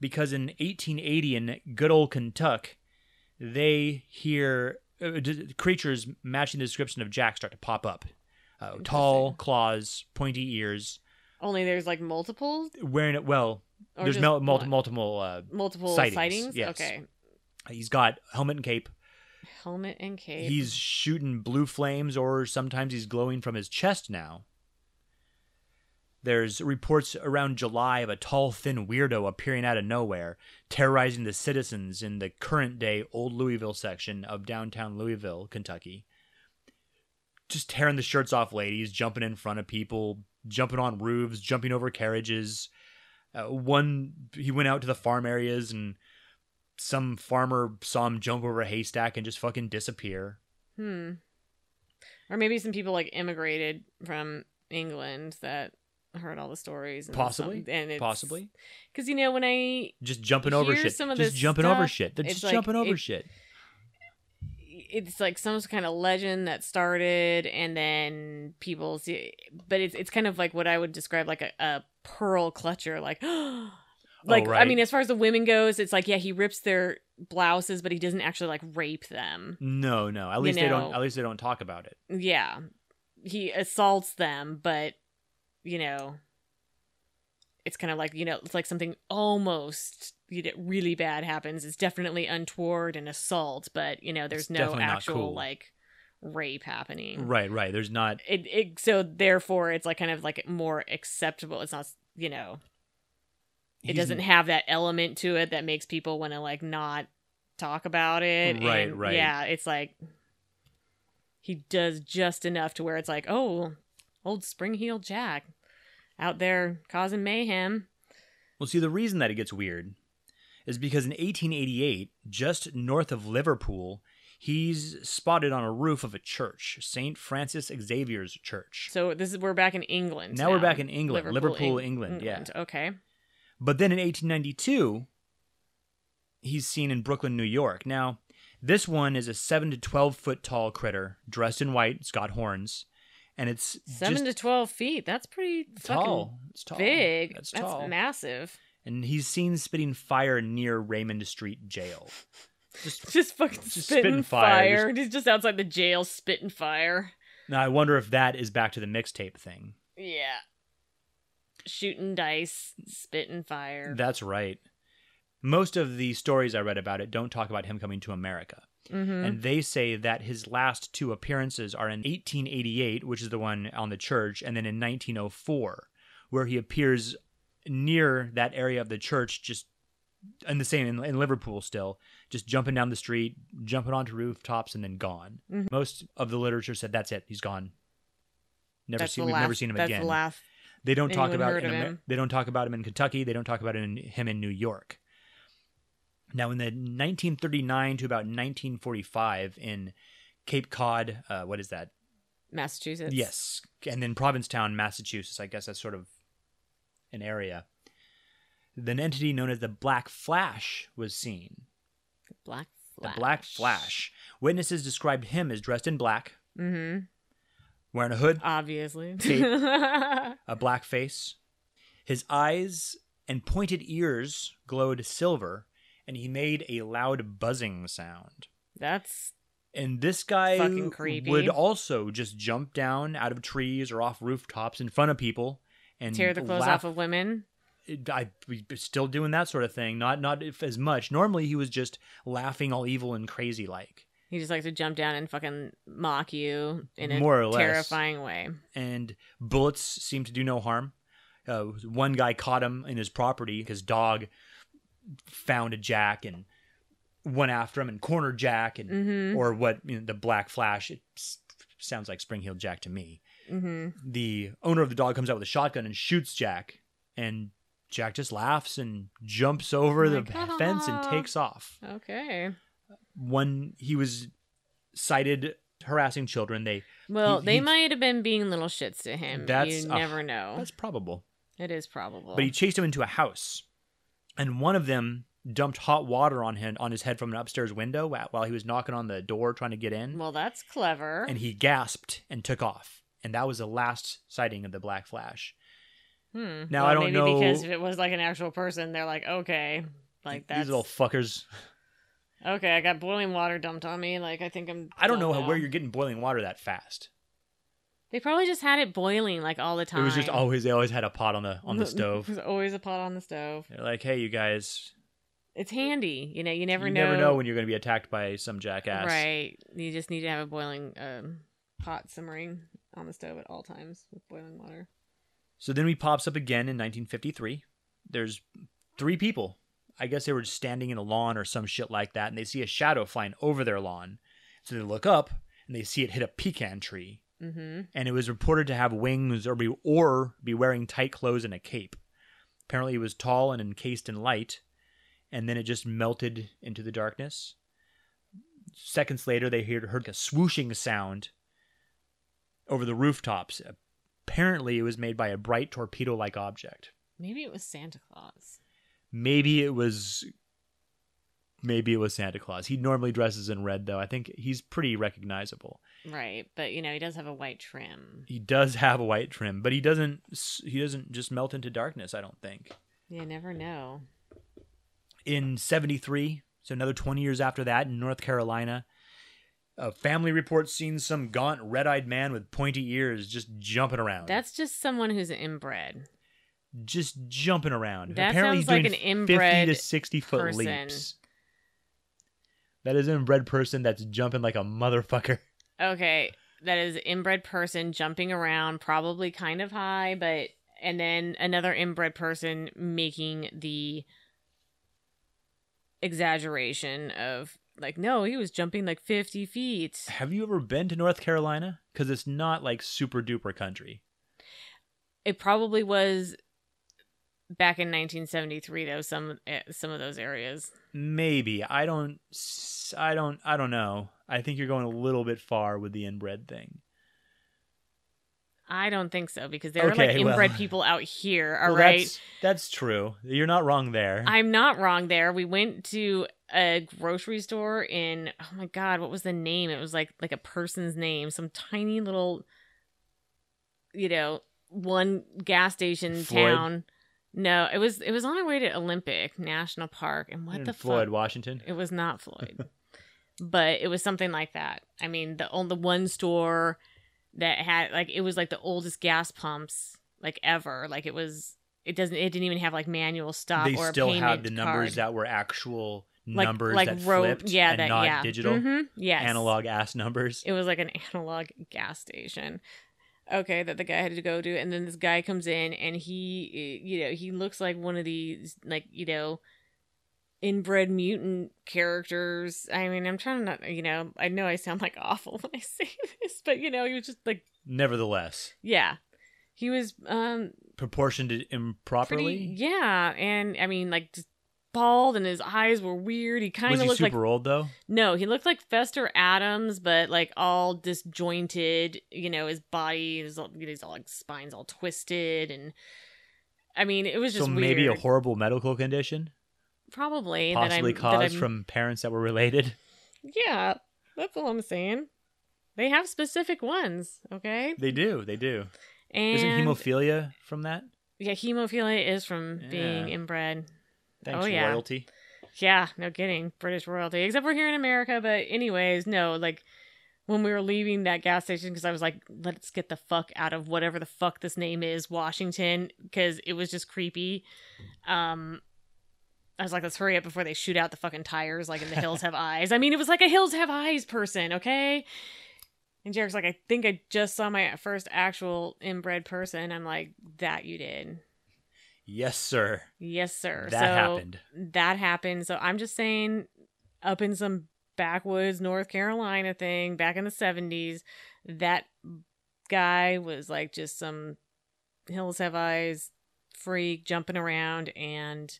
because in 1880 in good old Kentucky, they hear uh, d- creatures matching the description of Jack start to pop up. Uh, tall
Interesting.
claws, pointy ears,
Only there's like multiple.
Wearing it well.
Or
there's
just
mul- mul-
one?
multiple. Uh,
multiple
sightings,
sightings.
yes.
Okay,
he's got helmet and cape.
helmet and cape.
He's shooting blue flames, or sometimes he's glowing from his chest now. There's reports around July of a tall, thin weirdo appearing out of nowhere, terrorizing the citizens in the current day Old Louisville section of downtown Louisville, Kentucky. Just tearing the shirts off ladies, jumping in front of people, jumping on roofs, jumping over carriages. Uh, one, he went out to the farm areas and some farmer saw him jump over a haystack and just fucking disappear.
hmm. Or maybe some people like immigrated from England that heard all the stories. And
Possibly.
some- and it's,
Possibly.
because you know when I
Just jumping over
Here's
shit.
some of
just
this
jumping over
stuff.
shit. They're
It's
just
like,
jumping over
it-
shit.
it's like some kind of legend that started and then people see but it's it's kind of like what I would describe like a, a pearl clutcher like like I
Oh, right.
mean as far as the women goes it's like yeah he rips their blouses but he doesn't actually like rape them
No, no. At
You
least they don't.
know.
At least they don't talk about it.
yeah he assaults them but you know it's kind of like you know it's like something almost you know, really bad happens it's definitely untoward and assault but you know there's
It's
no
definitely not
actual
cool.
like rape happening
Right, right. There's not.
it, it so therefore it's like kind of like more acceptable it's not you know it
he's-
doesn't have that element to it that makes people want to like not talk about it
Right,
and,
right.
yeah it's like he does just enough to where it's like oh old spring heel jack out there causing mayhem
Well, see, the reason that it gets weird is because in 1888, just north of Liverpool, he's spotted on a roof of a church, Saint Francis Xavier's Church.
so this is we're back in england
Now we're back in England, Liverpool,
Eng- mm,
England, yeah.
okay
But then in 1892, he's seen in Brooklyn, New York. Now, this one is a 7 to 12 foot tall critter, dressed in white, it's got horns, and it's
seven
just
to 12 feet that's pretty
tall. It's
fucking
tall.
big
That's
that's,
tall.
massive
and he's seen spitting fire near Raymond Street Jail. Just
just fucking
Just
spitting,
spitting fire,
fire. He's just outside the jail spitting fire.
now I wonder if that is back to the mixtape thing.
Yeah. Shooting dice, spitting fire.
That's right. Most of the stories I read about it don't talk about him coming to America.
mm-hmm.
and they say that his last two appearances are in 1888, which is the one on the church, and then in 1904, where he appears near that area of the church, just in the same in, in Liverpool still, just jumping down the street, jumping onto rooftops, and then gone.
Mhm.
Most of the literature said that's it, he's gone. Never
that's
seen,
the
we've
last,
never seen him
that's
again.
The last.
They don't talk
Anyone
about
heard
in
of
Amer-
him.
they don't talk about him in Kentucky. They don't talk about in, him in New York. Now, in the 1939 to about 1945 in Cape Cod, uh, what is that?
Massachusetts.
yes, and then Provincetown, Massachusetts. I guess that's sort of an area. An entity known as the Black Flash was seen.
Black
The
Flash.
Black Flash. Witnesses described him as dressed in black,
Mm-hmm.
wearing a hood,
Obviously.
Tape. a black face. His eyes and pointed ears glowed silver, and he made a loud buzzing sound.
that's
And this guy
Fucking creepy.
would also just jump down out of trees or off rooftops in front of people and
tear the clothes
laugh.
off of women.
I we- still doing that sort of thing. Not not if as much. Normally he was just laughing all evil and crazy like.
He just likes to jump down and fucking mock you in a
More or less.
terrifying way.
and bullets seemed to do no harm. Uh, one guy caught him in his property. His dog found a jack and went after him and cornered Jack and
Mm-hmm.
or what you know, the Black Flash. It s- sounds like Spring Heel Jack to me.
mm-hmm.
The owner of the dog comes out with a shotgun and shoots Jack, and Jack just laughs and jumps over the
Like, "Ah."
fence and takes off
Okay.
when he was cited harassing children. They
Well,
He-
they
he-
might have been being little shits to him.
That's-
you
uh,
never know.
that's probable.
It is probable.
but he chased him into a house and one of them dumped hot water on him on his head from an upstairs window wh- while he was knocking on the door trying to get in
well, that's clever.
and he gasped and took off and that was the last sighting of the black flash
hmm.
Now,
Well,
I don't
maybe because
know-
if it was like an actual person, they're like, okay, like that's
these little fuckers
okay. I got boiling water dumped on me. Like I think I'm.
i don't
done
know how,
now.
where you're getting boiling water that fast
They probably just had it boiling like all the time.
It was just always they always had a pot on the on the stove.
There's always a pot on the stove.
They're like, hey, you guys,
It's handy, you know. You never
you
know.
never know when you're going to be attacked by some jackass.
Right. You just need to have a boiling um, pot simmering on the stove at all times with boiling water.
So then he pops up again in 1953. There's three people. I guess they were just standing in a lawn or some shit like that, and they see a shadow flying over their lawn. So they look up and they see it hit a pecan tree,
Mm-hmm.
and it was reported to have wings or be or be wearing tight clothes and a cape. Apparently, it was tall and encased in light, and then it just melted into the darkness. Seconds later, they heard, heard a swooshing sound over the rooftops. Apparently, it was made by a bright torpedo like object.
Maybe it was Santa Claus.
Maybe it was. Maybe it was Santa Claus. He normally dresses in red, though. I think he's pretty recognizable.
Right, but you know he does have a white trim.
He does have a white trim, but he doesn't. s- He doesn't just melt into darkness. I don't think.
You never know.
in 73 so another 20 years after that in north carolina a family report seen some gaunt red-eyed man with pointy ears just jumping around
That's just someone who's inbred.
just jumping around
That
apparently he's
sounds like
doing
an inbred
50 to 60 foot
person.
leaps that is an inbred person that's jumping like a motherfucker
Okay, that is inbred person jumping around, probably kind of high, but and then another inbred person making the exaggeration of like, no, he was jumping like fifty feet.
have you ever been to north carolina because it's not like super duper country
It probably was back in 1973 though some eh, some of those areas
maybe i don't s- i don't i don't know i think you're going a little bit far with the inbred thing
i don't think so because there were like
Okay, well-
inbred people out here all
Well,
right.
That's, that's true. You're not wrong there.
I'm not wrong there. We went to a grocery store in oh my god, what was the name? It was like like a person's name, some tiny little you know, one gas station
Floyd?
town. No, it was it was on our way to Olympic National Park and what
In
the
Hmm, Mm, Floyd,
fuck?
Washington.
It was not Floyd. but it was something like that. I mean, the on the one store that had like it was like the oldest gas pumps like ever. Like it was it doesn't it didn't even have like manual stop
They
or
still
a payment
had the numbers
card.
that were actual numbers that
ro-
flipped and not digital,
Mhm, yes.
analog ass numbers.
It was like an analog gas station. Okay, that the guy had to go to, and then this guy comes in, and he, eh, you know, he looks like one of these, like you know, inbred mutant characters. I mean, I'm trying to not, you know, I know I sound like awful when I say this, but you know, he was just like,
Nevertheless,
yeah, he was, um,
proportioned it
pretty,
improperly.
yeah, and I mean, like, just bald, and his eyes were weird. He kind
Was
of
he
looked like
super old though?
No, he looked like Fester Adams, but like all disjointed. You know, his body is all, he's all like spines all twisted, and I mean, it was
So
just
maybe a
weird.
horrible medical condition,
probably that
possibly
I'm- that
caused
I'm-
from parents that were related.
Yeah, that's all I'm saying. They have specific ones, okay?
They do, they do.
And
Isn't hemophilia from that?
yeah, hemophilia is from being
Yeah.
inbred.
Thanks,
Oh, yeah.
royalty.
Yeah, no kidding. British royalty. Except we're here in America, but anyways, no, like when we were leaving that gas station because I was like, let's get the fuck out of whatever the fuck this name is, Washington, because it was just creepy. Um I was like, let's hurry up before they shoot out the fucking tires like in the Hills Have Eyes. I mean, it was like a Hills Have Eyes person, okay? And Jarek's like, I think I just saw my first actual inbred person. I'm like, that you did.
Yes, sir.
Yes, sir.
That
so,
happened.
that happened. So I'm just saying, up in some backwoods North Carolina thing back in the 70s, that guy was like just some hills have eyes freak jumping around, and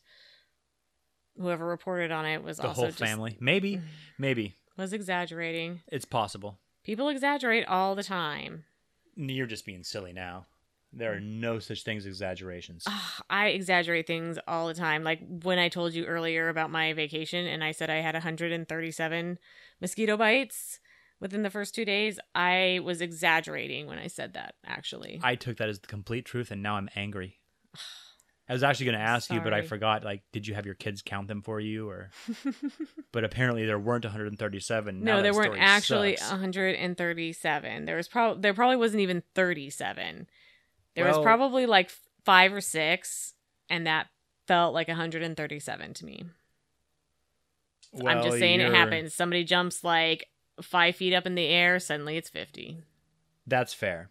whoever reported on it was
The
also
whole
just- Mm-hmm.
family. Maybe, maybe
was exaggerating.
it's possible.
People exaggerate all the time.
You're just being silly now. There are no such things as exaggerations.
Ugh, I exaggerate things all the time. Like when I told you earlier about my vacation and I said I had 137 mosquito bites within the first two days, I was exaggerating when I said that, actually.
I took that as the complete truth and now I'm angry. I was actually going to ask you, but I
Sorry.
forgot. Like, did you have your kids count them for you, or? but apparently there weren't 137. Now
no,
that
there weren't
story
actually uh,
sucks.
137. There was probably there probably wasn't even 37. There
Well-
was probably like five or six, and that felt like 137 to me. I'm
Well,
just saying it
you're-
happens. Somebody jumps like five feet up in the air, suddenly it's 50.
That's fair.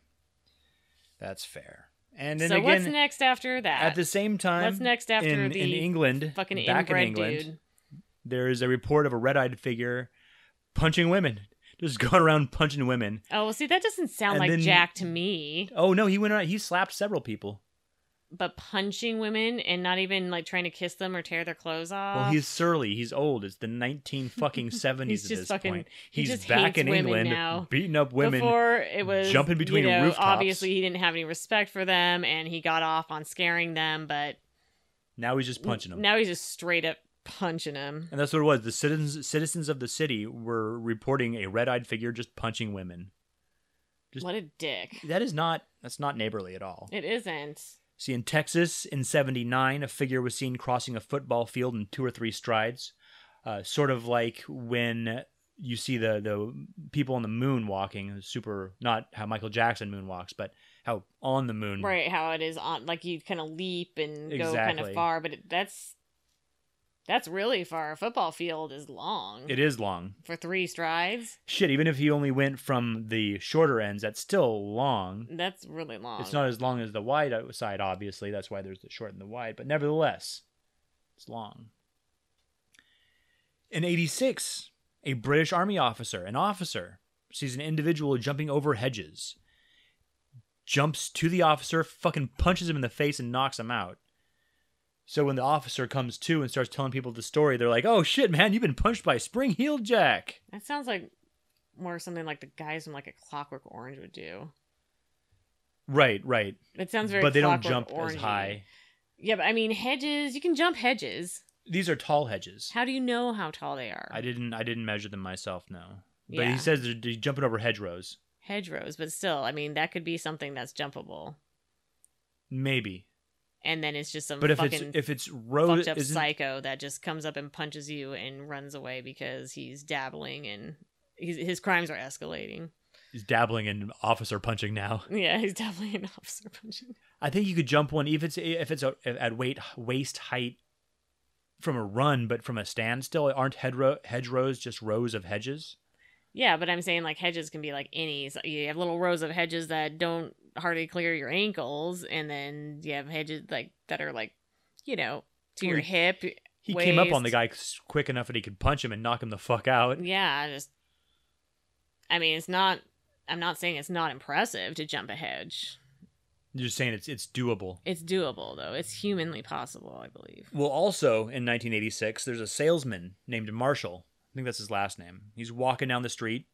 That's fair. And then
so
again,
what's next after that?
at the same time,
what's next after
in,
the
in England,
fucking
back in
inbred
England,
dude?
there is a report of a red-eyed figure punching women, just going around punching women.
Oh, well, see, that doesn't sound
And
like
then-
Jack to me.
Oh no, he went around. He slapped several people.
But punching women and not even like trying to kiss them or tear their clothes off.
Well, he's surly. He's old. It's the nineteen fucking seventies
Uh, He's
at
just
this
fucking-
point.
he
He's
just
back
hates
in
women
England,
now.
beating up women.
before it was
jumping between
you know,
rooftops.
Obviously, he didn't have any respect for them, and he got off on scaring them. But
Now he's just punching them.
Now he's just straight up punching them.
and that's what it was. The citizens citizens of the city were reporting a red-eyed figure just punching women. Just-
What a dick!
That is not that's not neighborly at all.
It isn't.
See, in Texas in 79, a figure was seen crossing a football field in two or three strides, uh, sort of like when you see the, the people on the moon walking, super, not how Michael Jackson moonwalks, but how on the moon.
Right, how it is on like you kind of leap and go kind
Exactly.
of far, but it, that's that's really far. A football field is long
It is long.
for three strides.
Shit, even if he only went from the shorter ends, that's still long.
That's really long.
It's not as long as the wide side, obviously. That's why there's the short and the wide, but nevertheless, it's long. In 86, a British Army officer, an officer, sees an individual jumping over hedges, jumps to the officer, fucking punches him in the face, and knocks him out. So when the officer comes to and starts telling people the story, they're like, oh shit, man, you've been punched by Spring Heel Jack.
That sounds like more something like the guys from like a Clockwork Orange would do.
Right, right.
It sounds very.
but they don't
Clockwork
jump
Orangey.
as high.
Yeah, but I mean hedges. You can jump hedges.
These are tall hedges.
How do you know how tall they are?
I didn't. I didn't measure them myself. No. But
Yeah.
he says they're, they're jumping over hedgerows.
Hedgerows, but still, I mean that could be something that's jumpable,
Maybe.
and then it's just some
But if it's
fucking
if it's road
fucked up
isn't-
psycho that just comes up and punches you and runs away because he's dabbling and he's, his crimes are escalating.
he's dabbling in officer punching now.
Yeah, he's definitely an officer punching.
I think you could jump one if it's if it's a, at weight waist height from a run, but from a standstill. Aren't hedgerow, hedgerows just rows of hedges?
Yeah, but I'm saying like hedges can be like any. So you have little rows of hedges that don't hardly clear your ankles, and then you have hedges like that are like, you know, to your
Well,
hip.
He came up on
Waist.
the guy s- quick enough that he could punch him and knock him the fuck out.
Yeah, I just. I mean, it's not. I'm not saying it's not impressive to jump a hedge.
You're just saying it's it's doable.
It's doable though. It's humanly possible, I believe.
Well, also in 1986, there's a salesman named Marshall. I think that's his last name. He's walking down the street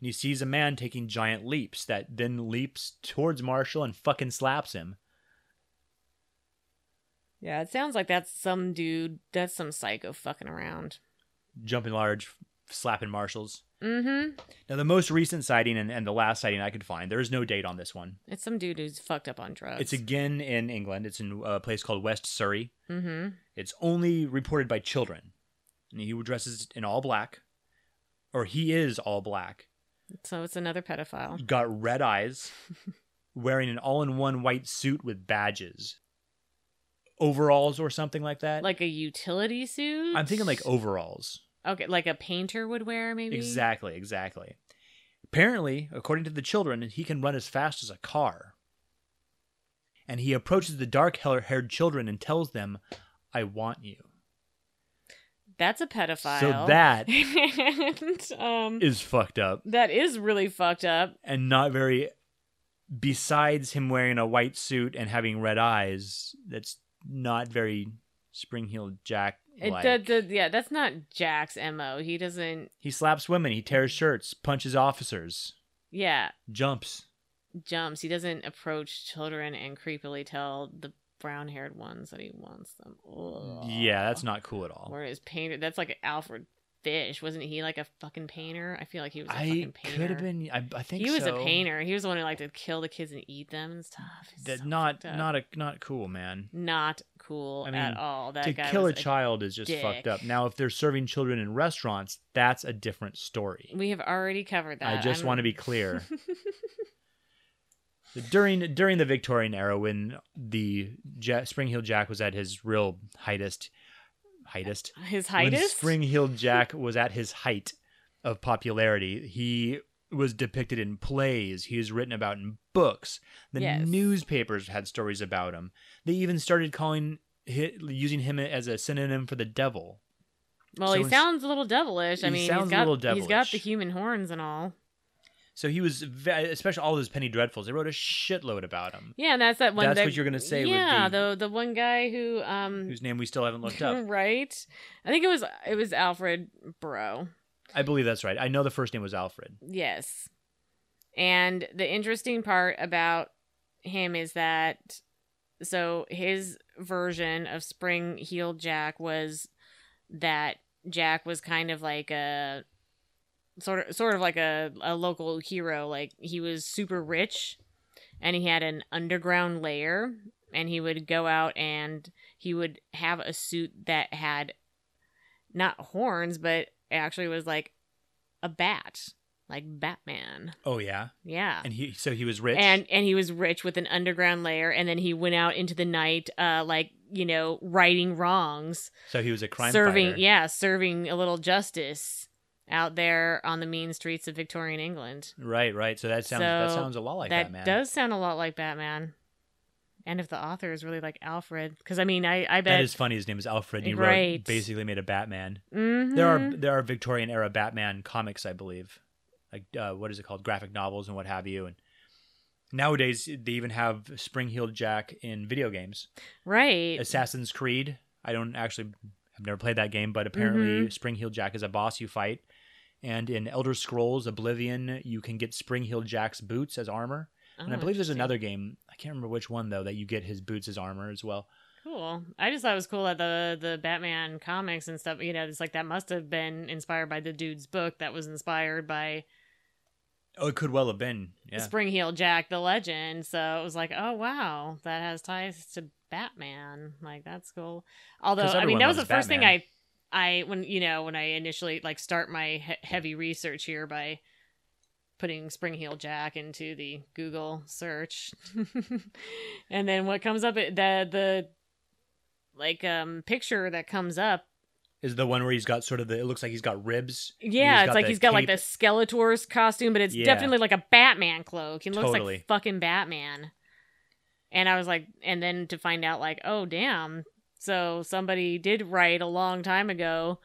and he sees a man taking giant leaps that then leaps towards Marshall and fucking slaps him.
Yeah, it sounds like that's some dude. That's some psycho fucking around.
Jumping large, slapping Marshalls.
Mm-hmm.
Now, the most recent sighting and, and the last sighting I could find, there is no date on this one.
It's some dude who's fucked up on drugs.
It's again in England. It's in a place called West Surrey.
Mm-hmm.
It's only reported by children. And he dresses in all black, or he is all black.
So it's another pedophile.
got red eyes, wearing an all in one white suit with badges, overalls or something like that.
Like a utility suit.
I'm thinking like overalls.
okay, like a painter would wear, maybe.
Exactly, exactly. Apparently, according to the children, he can run as fast as a car. And he approaches the dark haired children and tells them, I want you.
That's a pedophile.
So that
and, um,
is fucked up
that is really fucked up.
and not very. Besides him wearing a white suit and having red eyes, that's not very Spring Heel Jack.
It,
like.
that- that- yeah, that's not Jack's mo. He doesn't.
He slaps women, he tears shirts, punches officers,
Yeah,
jumps.
jumps. He doesn't approach children and creepily tell the brown-haired ones that he wants them. Ugh.
Yeah, that's not cool at all.
Whereas painter, that's like Alfred Fish. Wasn't he like a fucking painter? I feel like he was a
I
fucking painter.
could have been. I, I think
he was
so.
a painter. He was the one who liked to kill the kids and eat them and stuff. It's
That
so
not
fucked up.
not a not cool man.
not cool
I mean,
at all. That
to
guy
kill a
was
child is just fucked
dick.
up. Now, if they're serving children in restaurants, that's a different story.
We have already covered
I
that.
just want to be clear. during during the Victorian era, when the ja Spring Heel Jack was at his real heightest, heightest,
His
when
hiatus.
Spring Heel Jack was at his height of popularity, he was depicted in plays. He was written about in books. The
Yes.
newspapers had stories about him. They even started calling hi- using him as a synonym for the devil.
well,
so
he
ins-
sounds a little devilish. I
He
mean,
sounds a
he's got
little
he's got the
devilish.
human horns and all.
So he was, ve- especially all those Penny Dreadfuls. They wrote a shitload about him,
Yeah, and that's that one.
That's
that,
what you're gonna say with
Yeah,
the-
the the one guy who um
whose name we still haven't looked up.
right. I think it was it was Alfred Bro.
I believe that's right. I know the first name was Alfred.
Yes. And the interesting part about him is that so his version of Spring Heel Jack was that Jack was kind of like a sort of sort of like a, a local hero. Like he was super rich and he had an underground lair and he would go out and he would have a suit that had not horns but actually was like a bat like batman
Oh yeah,
yeah
and he so he was rich.
and and he was rich with an underground lair and then he went out into the night uh like you know righting wrongs
so he was a crime
serving
fighter.
yeah serving a little justice out there on the mean streets of victorian england
Right, right. So that sounds that
So
sounds a lot like
that
that, man.
does sound a lot like batman and if the author is really like alfred because i mean i i bet
That is funny. His name is Alfred. He wrote
Right.
basically made a Batman.
Mhm.
There are there are Victorian era Batman comics, I believe, like uh, what is it called, graphic novels and what have you. And nowadays they even have Spring Heeled Jack in video games.
right
Assassin's Creed. I don't actually I've never played that game, but
Mm-hmm.
apparently Spring Heeled Jack is a boss you fight. And in Elder Scrolls Oblivion, you can get Spring Heeled Jack's boots as armor. And I
Oh,
believe there's
interesting.
another game. I can't remember which one though that you get his boots as armor as well.
Cool. I just thought it was cool that the the Batman comics and stuff, you know, it's like that must have been inspired by the dude's book that was inspired by
Oh, it could well have been. Yeah.
Spring Heel Jack the Legend. So it was like, oh wow, that has ties to Batman. Like that's cool. Although
'Cause
I mean,
everyone
that was the
loves
first thing
Batman.
I I when you know when I initially like start my he- heavy research here by putting Spring Heel Jack into the Google search, and then what comes up it- the the like um picture that comes up
Is the one where he's got sort of the it looks like he's got ribs. and
yeah, it's
got
like
the
he's got like the
cape.
Skeletor's costume, but it's
Yeah.
definitely like a Batman cloak. He looks
Totally.
like fucking Batman. And I was like, and then to find out, like, oh damn, so somebody did write a long time ago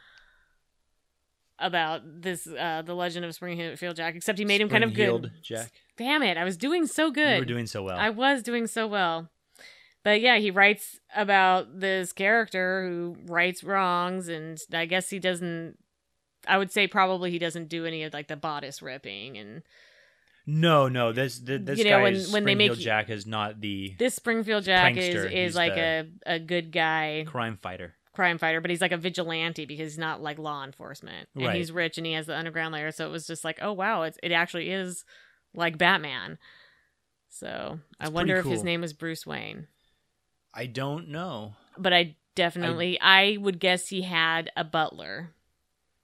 about this, uh, the Legend of Springfield Jack. Except he made him kind of good.
Spring-heeled Jack.
Damn it, I was doing so
You
good.
were doing so well.
I was doing so well. But yeah, he writes about this character who rights wrongs, and I guess he doesn't. I would say probably he doesn't do any of like the bodice ripping, and
no, no, this this, this
You know,
guy
when-
is
when they make
Spring-heeled
you-
Jack is not the
this Springfield Jack is
Prankster, he's
is like
the-
a a good guy
crime fighter.
crime fighter, but he's like a vigilante because he's not like law enforcement, and
Right.
he's rich and he has the underground layer. So it was just like, oh wow, it's it actually is like Batman. So I
It's
wonder
pretty
if his
cool.
name was Bruce Wayne.
I don't know
but I definitely I, would guess he had a butler.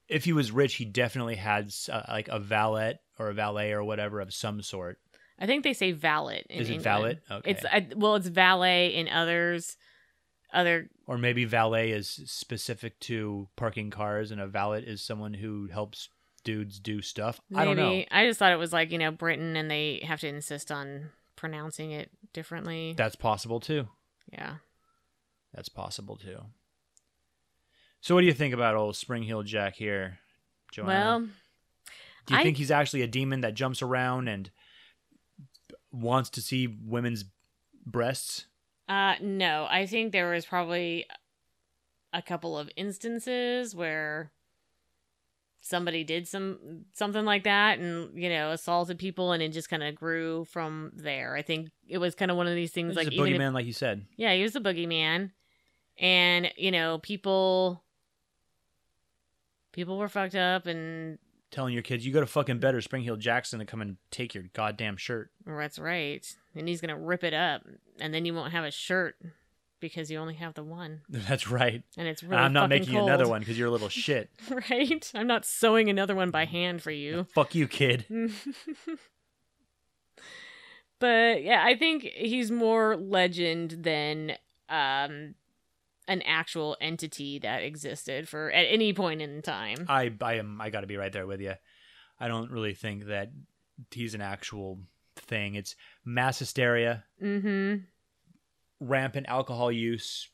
if he was rich. He definitely had s- uh, like a valet or a valet or whatever of some sort.
I think they say valet. In
is it
England.
valet? Okay,
It's I, well, it's valet in others. Other
or maybe valet is specific to parking cars, and a valet is someone who helps dudes do stuff.
maybe
I don't know.
I just thought it was like you know Britain, and they have to insist on pronouncing it differently.
That's possible too.
yeah,
That's possible too. So, what do you think about old Spring Heel Jack here, Joanna?
well,
do you
I-
think he's actually a demon that jumps around and wants to see women's breasts?
uh, no, I think there was probably a couple of instances where somebody did some something like that and you know assaulted people and it just kind of grew from there i think it was kind of one of these things
He's
like
a
even if-
boogeyman, like you said.
yeah he was the boogeyman and you know people people were fucked up and
Telling your kids, you go to fucking bed or Spring Hill Jackson to come and take your goddamn shirt.
that's right. And he's gonna rip it up and then you won't have a shirt because you only have the one.
That's right.
And it's
And
really
I'm not
fucking
making you another
cold.
one because you're a little shit.
Right? I'm not sewing another one by hand for you.
Fuck you, kid.
but yeah, I think he's more legend than um an actual entity that existed for at any point in time.
I I am I got to be right there with you. I don't really think that he's an actual thing. It's mass hysteria,
mm-hmm.
rampant alcohol use,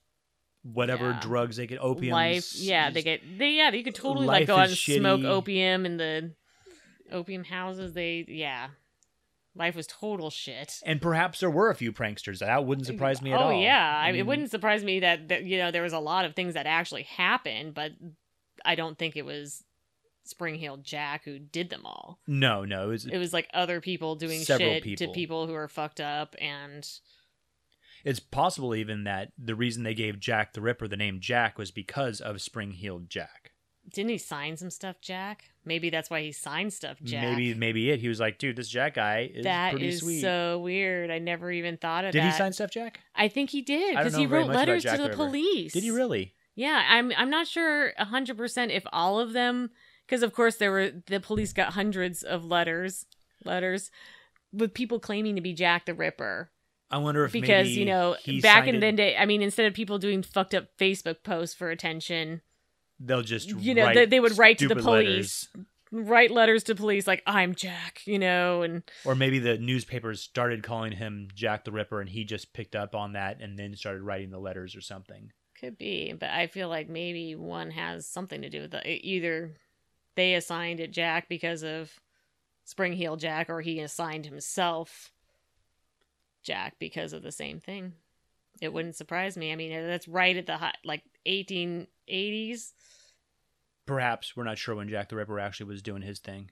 whatever
Yeah.
drugs they get, opium.
Life, yeah, they get they yeah, you could totally
Life
like go out
is
and smoke
shitty.
opium in the opium houses. They yeah, life was total shit.
And perhaps there were a few pranksters. That wouldn't surprise me at
oh,
all. Mm. Mm-hmm.
yeah, I mean,
mean,
it wouldn't surprise me that, that you know there was a lot of things that actually happened, but I don't think it was Spring Hill Jack who did them all.
No, no. It was,
It was like other people doing
Several
shit
people.
to people who are fucked up, and
It's possible even that the reason they gave Jack the Ripper the name Jack was because of Spring Heeled Jack.
didn't he sign some stuff, Jack? Maybe that's why he signed stuff, Jack.
Maybe maybe it. He was like, dude, this Jack guy is
that
pretty
is
sweet.
so weird. I never even thought of
Did
that.
he sign stuff, Jack?
I think he did
I don't
because he
know very
wrote
much about
letters
Jack
to the
River.
police.
Did he really?
Yeah, I'm I'm not sure 100% if all of them cuz of course there were the police got hundreds of letters letters with people claiming to be Jack the Ripper
I wonder if
because
maybe
you know
he
back
signed
in the
it-
day I mean instead of people doing fucked up Facebook posts for attention
they'll just
you know,
write
they- they would write to the
stupid
police.
letters.
write letters to police like I'm Jack you know and
or maybe the newspapers started calling him Jack the Ripper, and he just picked up on that and then started writing the letters or something.
could be but I feel like maybe one has something to do with the, e, either they assigned it Jack because of Spring Heel Jack or he assigned himself Jack because of the same thing. It wouldn't surprise me. I mean, uh, that's right at the hot, like 1880s.
Perhaps we're not sure when Jack the Ripper actually was doing his thing,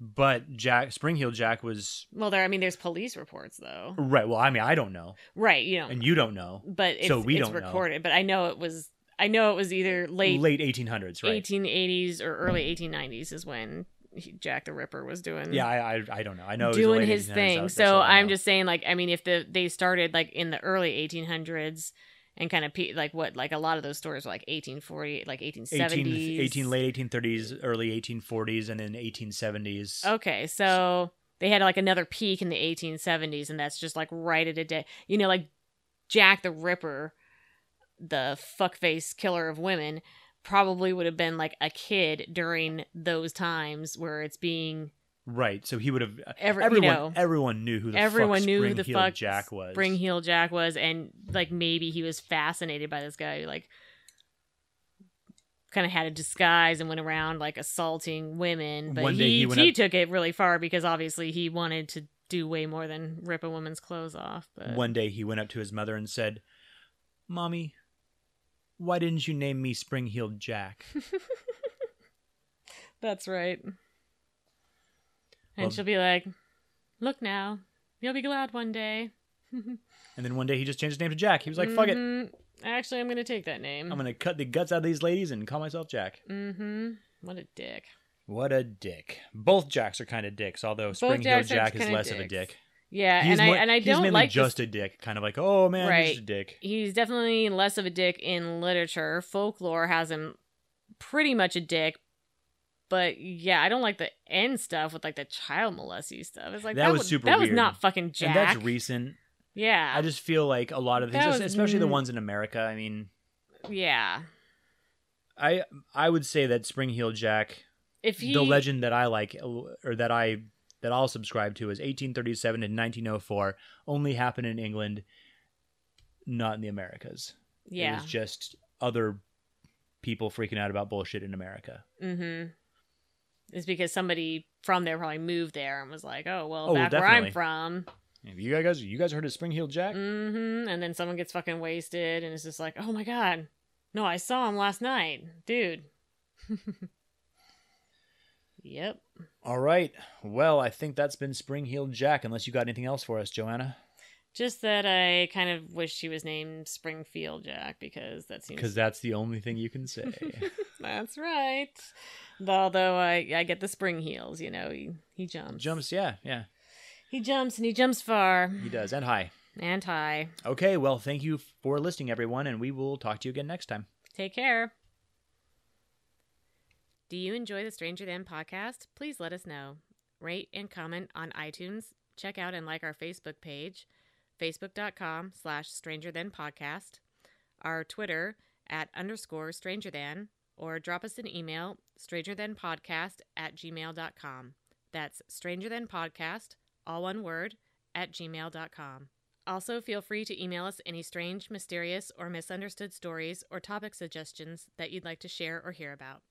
but Jack Springheel Jack was
Well, there I mean there's police reports though.
right. Well, I mean, I don't know,
Right, you know.
and you don't know.
but it's,
so we
it's
don't know.
recorded, but I know it was I know it was either late,
Late, 1800s, right?
1880s or early 1890s is when he, Jack the Ripper was doing
Yeah, I, I I don't know. I know it was the
doing
late
his
1800s,
thing.
that's
so
all I
I'm
know.
just saying, like, I mean, if the they started like in the early 1800s and kind of pe- like what like a lot of those stories were like 1840, like
18,
1870s,
18 late 1830s, early 1840s, and then 1870s.
Okay, so they had like another peak in the 1870s, and that's just like right at a day. You know, like Jack the Ripper, the fuckface killer of women, probably would have been like a kid during those times where it's being
Right. So he would have. uh,
Every- you
everyone,
know,
everyone knew who the
everyone
fuck
knew who the
Spring-Heeled
fuck
Jack was.
Spring Heel Jack was, and like maybe he was fascinated by this guy who like kind of had a disguise and went around like assaulting women. But
One day
he
he
he,
went up-
took it really far because obviously he wanted to do way more than rip a woman's clothes off. But
One day he went up to his mother and said, "Mommy, why didn't you name me Spring Heeled Jack?"
that's right. And
Well-
she'll be like, "Look now, you'll be glad one day."
and then one day he just changed his name to Jack. He was like, "Fuck it,
Mhm. Actually, I'm gonna take that name.
I'm gonna cut the guts out of these ladies and call myself Jack."
Mm-hmm. What a dick.
What a dick! Both Jacks are kind of dicks, although Spring Heeled
Jacks are
Jack is
kinda
less of a
dicks.
dick.
Yeah,
He's
and I
more-
and I
he's
don't
mainly
like this-
just a dick, kind of like, "Oh man, he's
Right.
just a dick."
he's definitely less of a dick in literature. Folklore has him pretty much a dick. But yeah, I don't like the end stuff with like the child molesty stuff. It's like
That
that,
was
was
super
That was
weird.
not fucking Jack.
And that's recent.
yeah,
I just feel like a lot of
That
things,
was-
especially the ones in America. I mean,
yeah.
I I would say that Spring Heel Jack,
If he
the legend that I like uh, or that I that I'll subscribe to is 1837 and 1904. Only happened in England, not in the Americas. it
yeah,
was just other people freaking out about bullshit in America.
mm-hmm. It's because somebody from there probably moved there and was like, "Oh well,
Oh, well,
back where I'm
definitely.
from."
Have you guys you guys heard of Spring Heel Jack?
Mm-hmm. And then someone gets fucking wasted and it's just like, "Oh my god, no, I saw him last night, dude." yep.
All right. Well, I think that's been Spring Heel Jack. Unless you got anything else for us, Joanna.
Just that I kind of wish she was named Springfield Jack because that seems
because that's the only thing you can say.
That's right. Although I, I get the spring heels, you know, he, he jumps.
Jumps, yeah, yeah,
He jumps and he jumps far
he does. And hi.
and high.
Okay, well, thank you for listening, everyone, and we will talk to you again next time.
Take care. Do you enjoy the Stranger Than podcast? Please let us know. Rate and comment on iTunes. Check out and like our Facebook page, facebook.com slash stranger than podcast, our Twitter at underscore stranger than, or drop us an email, stranger than podcast at gmail.com. That's stranger than podcast, all one word, at gmail.com. Also, feel free to email us any strange, mysterious, or misunderstood stories or topic suggestions that you'd like to share or hear about.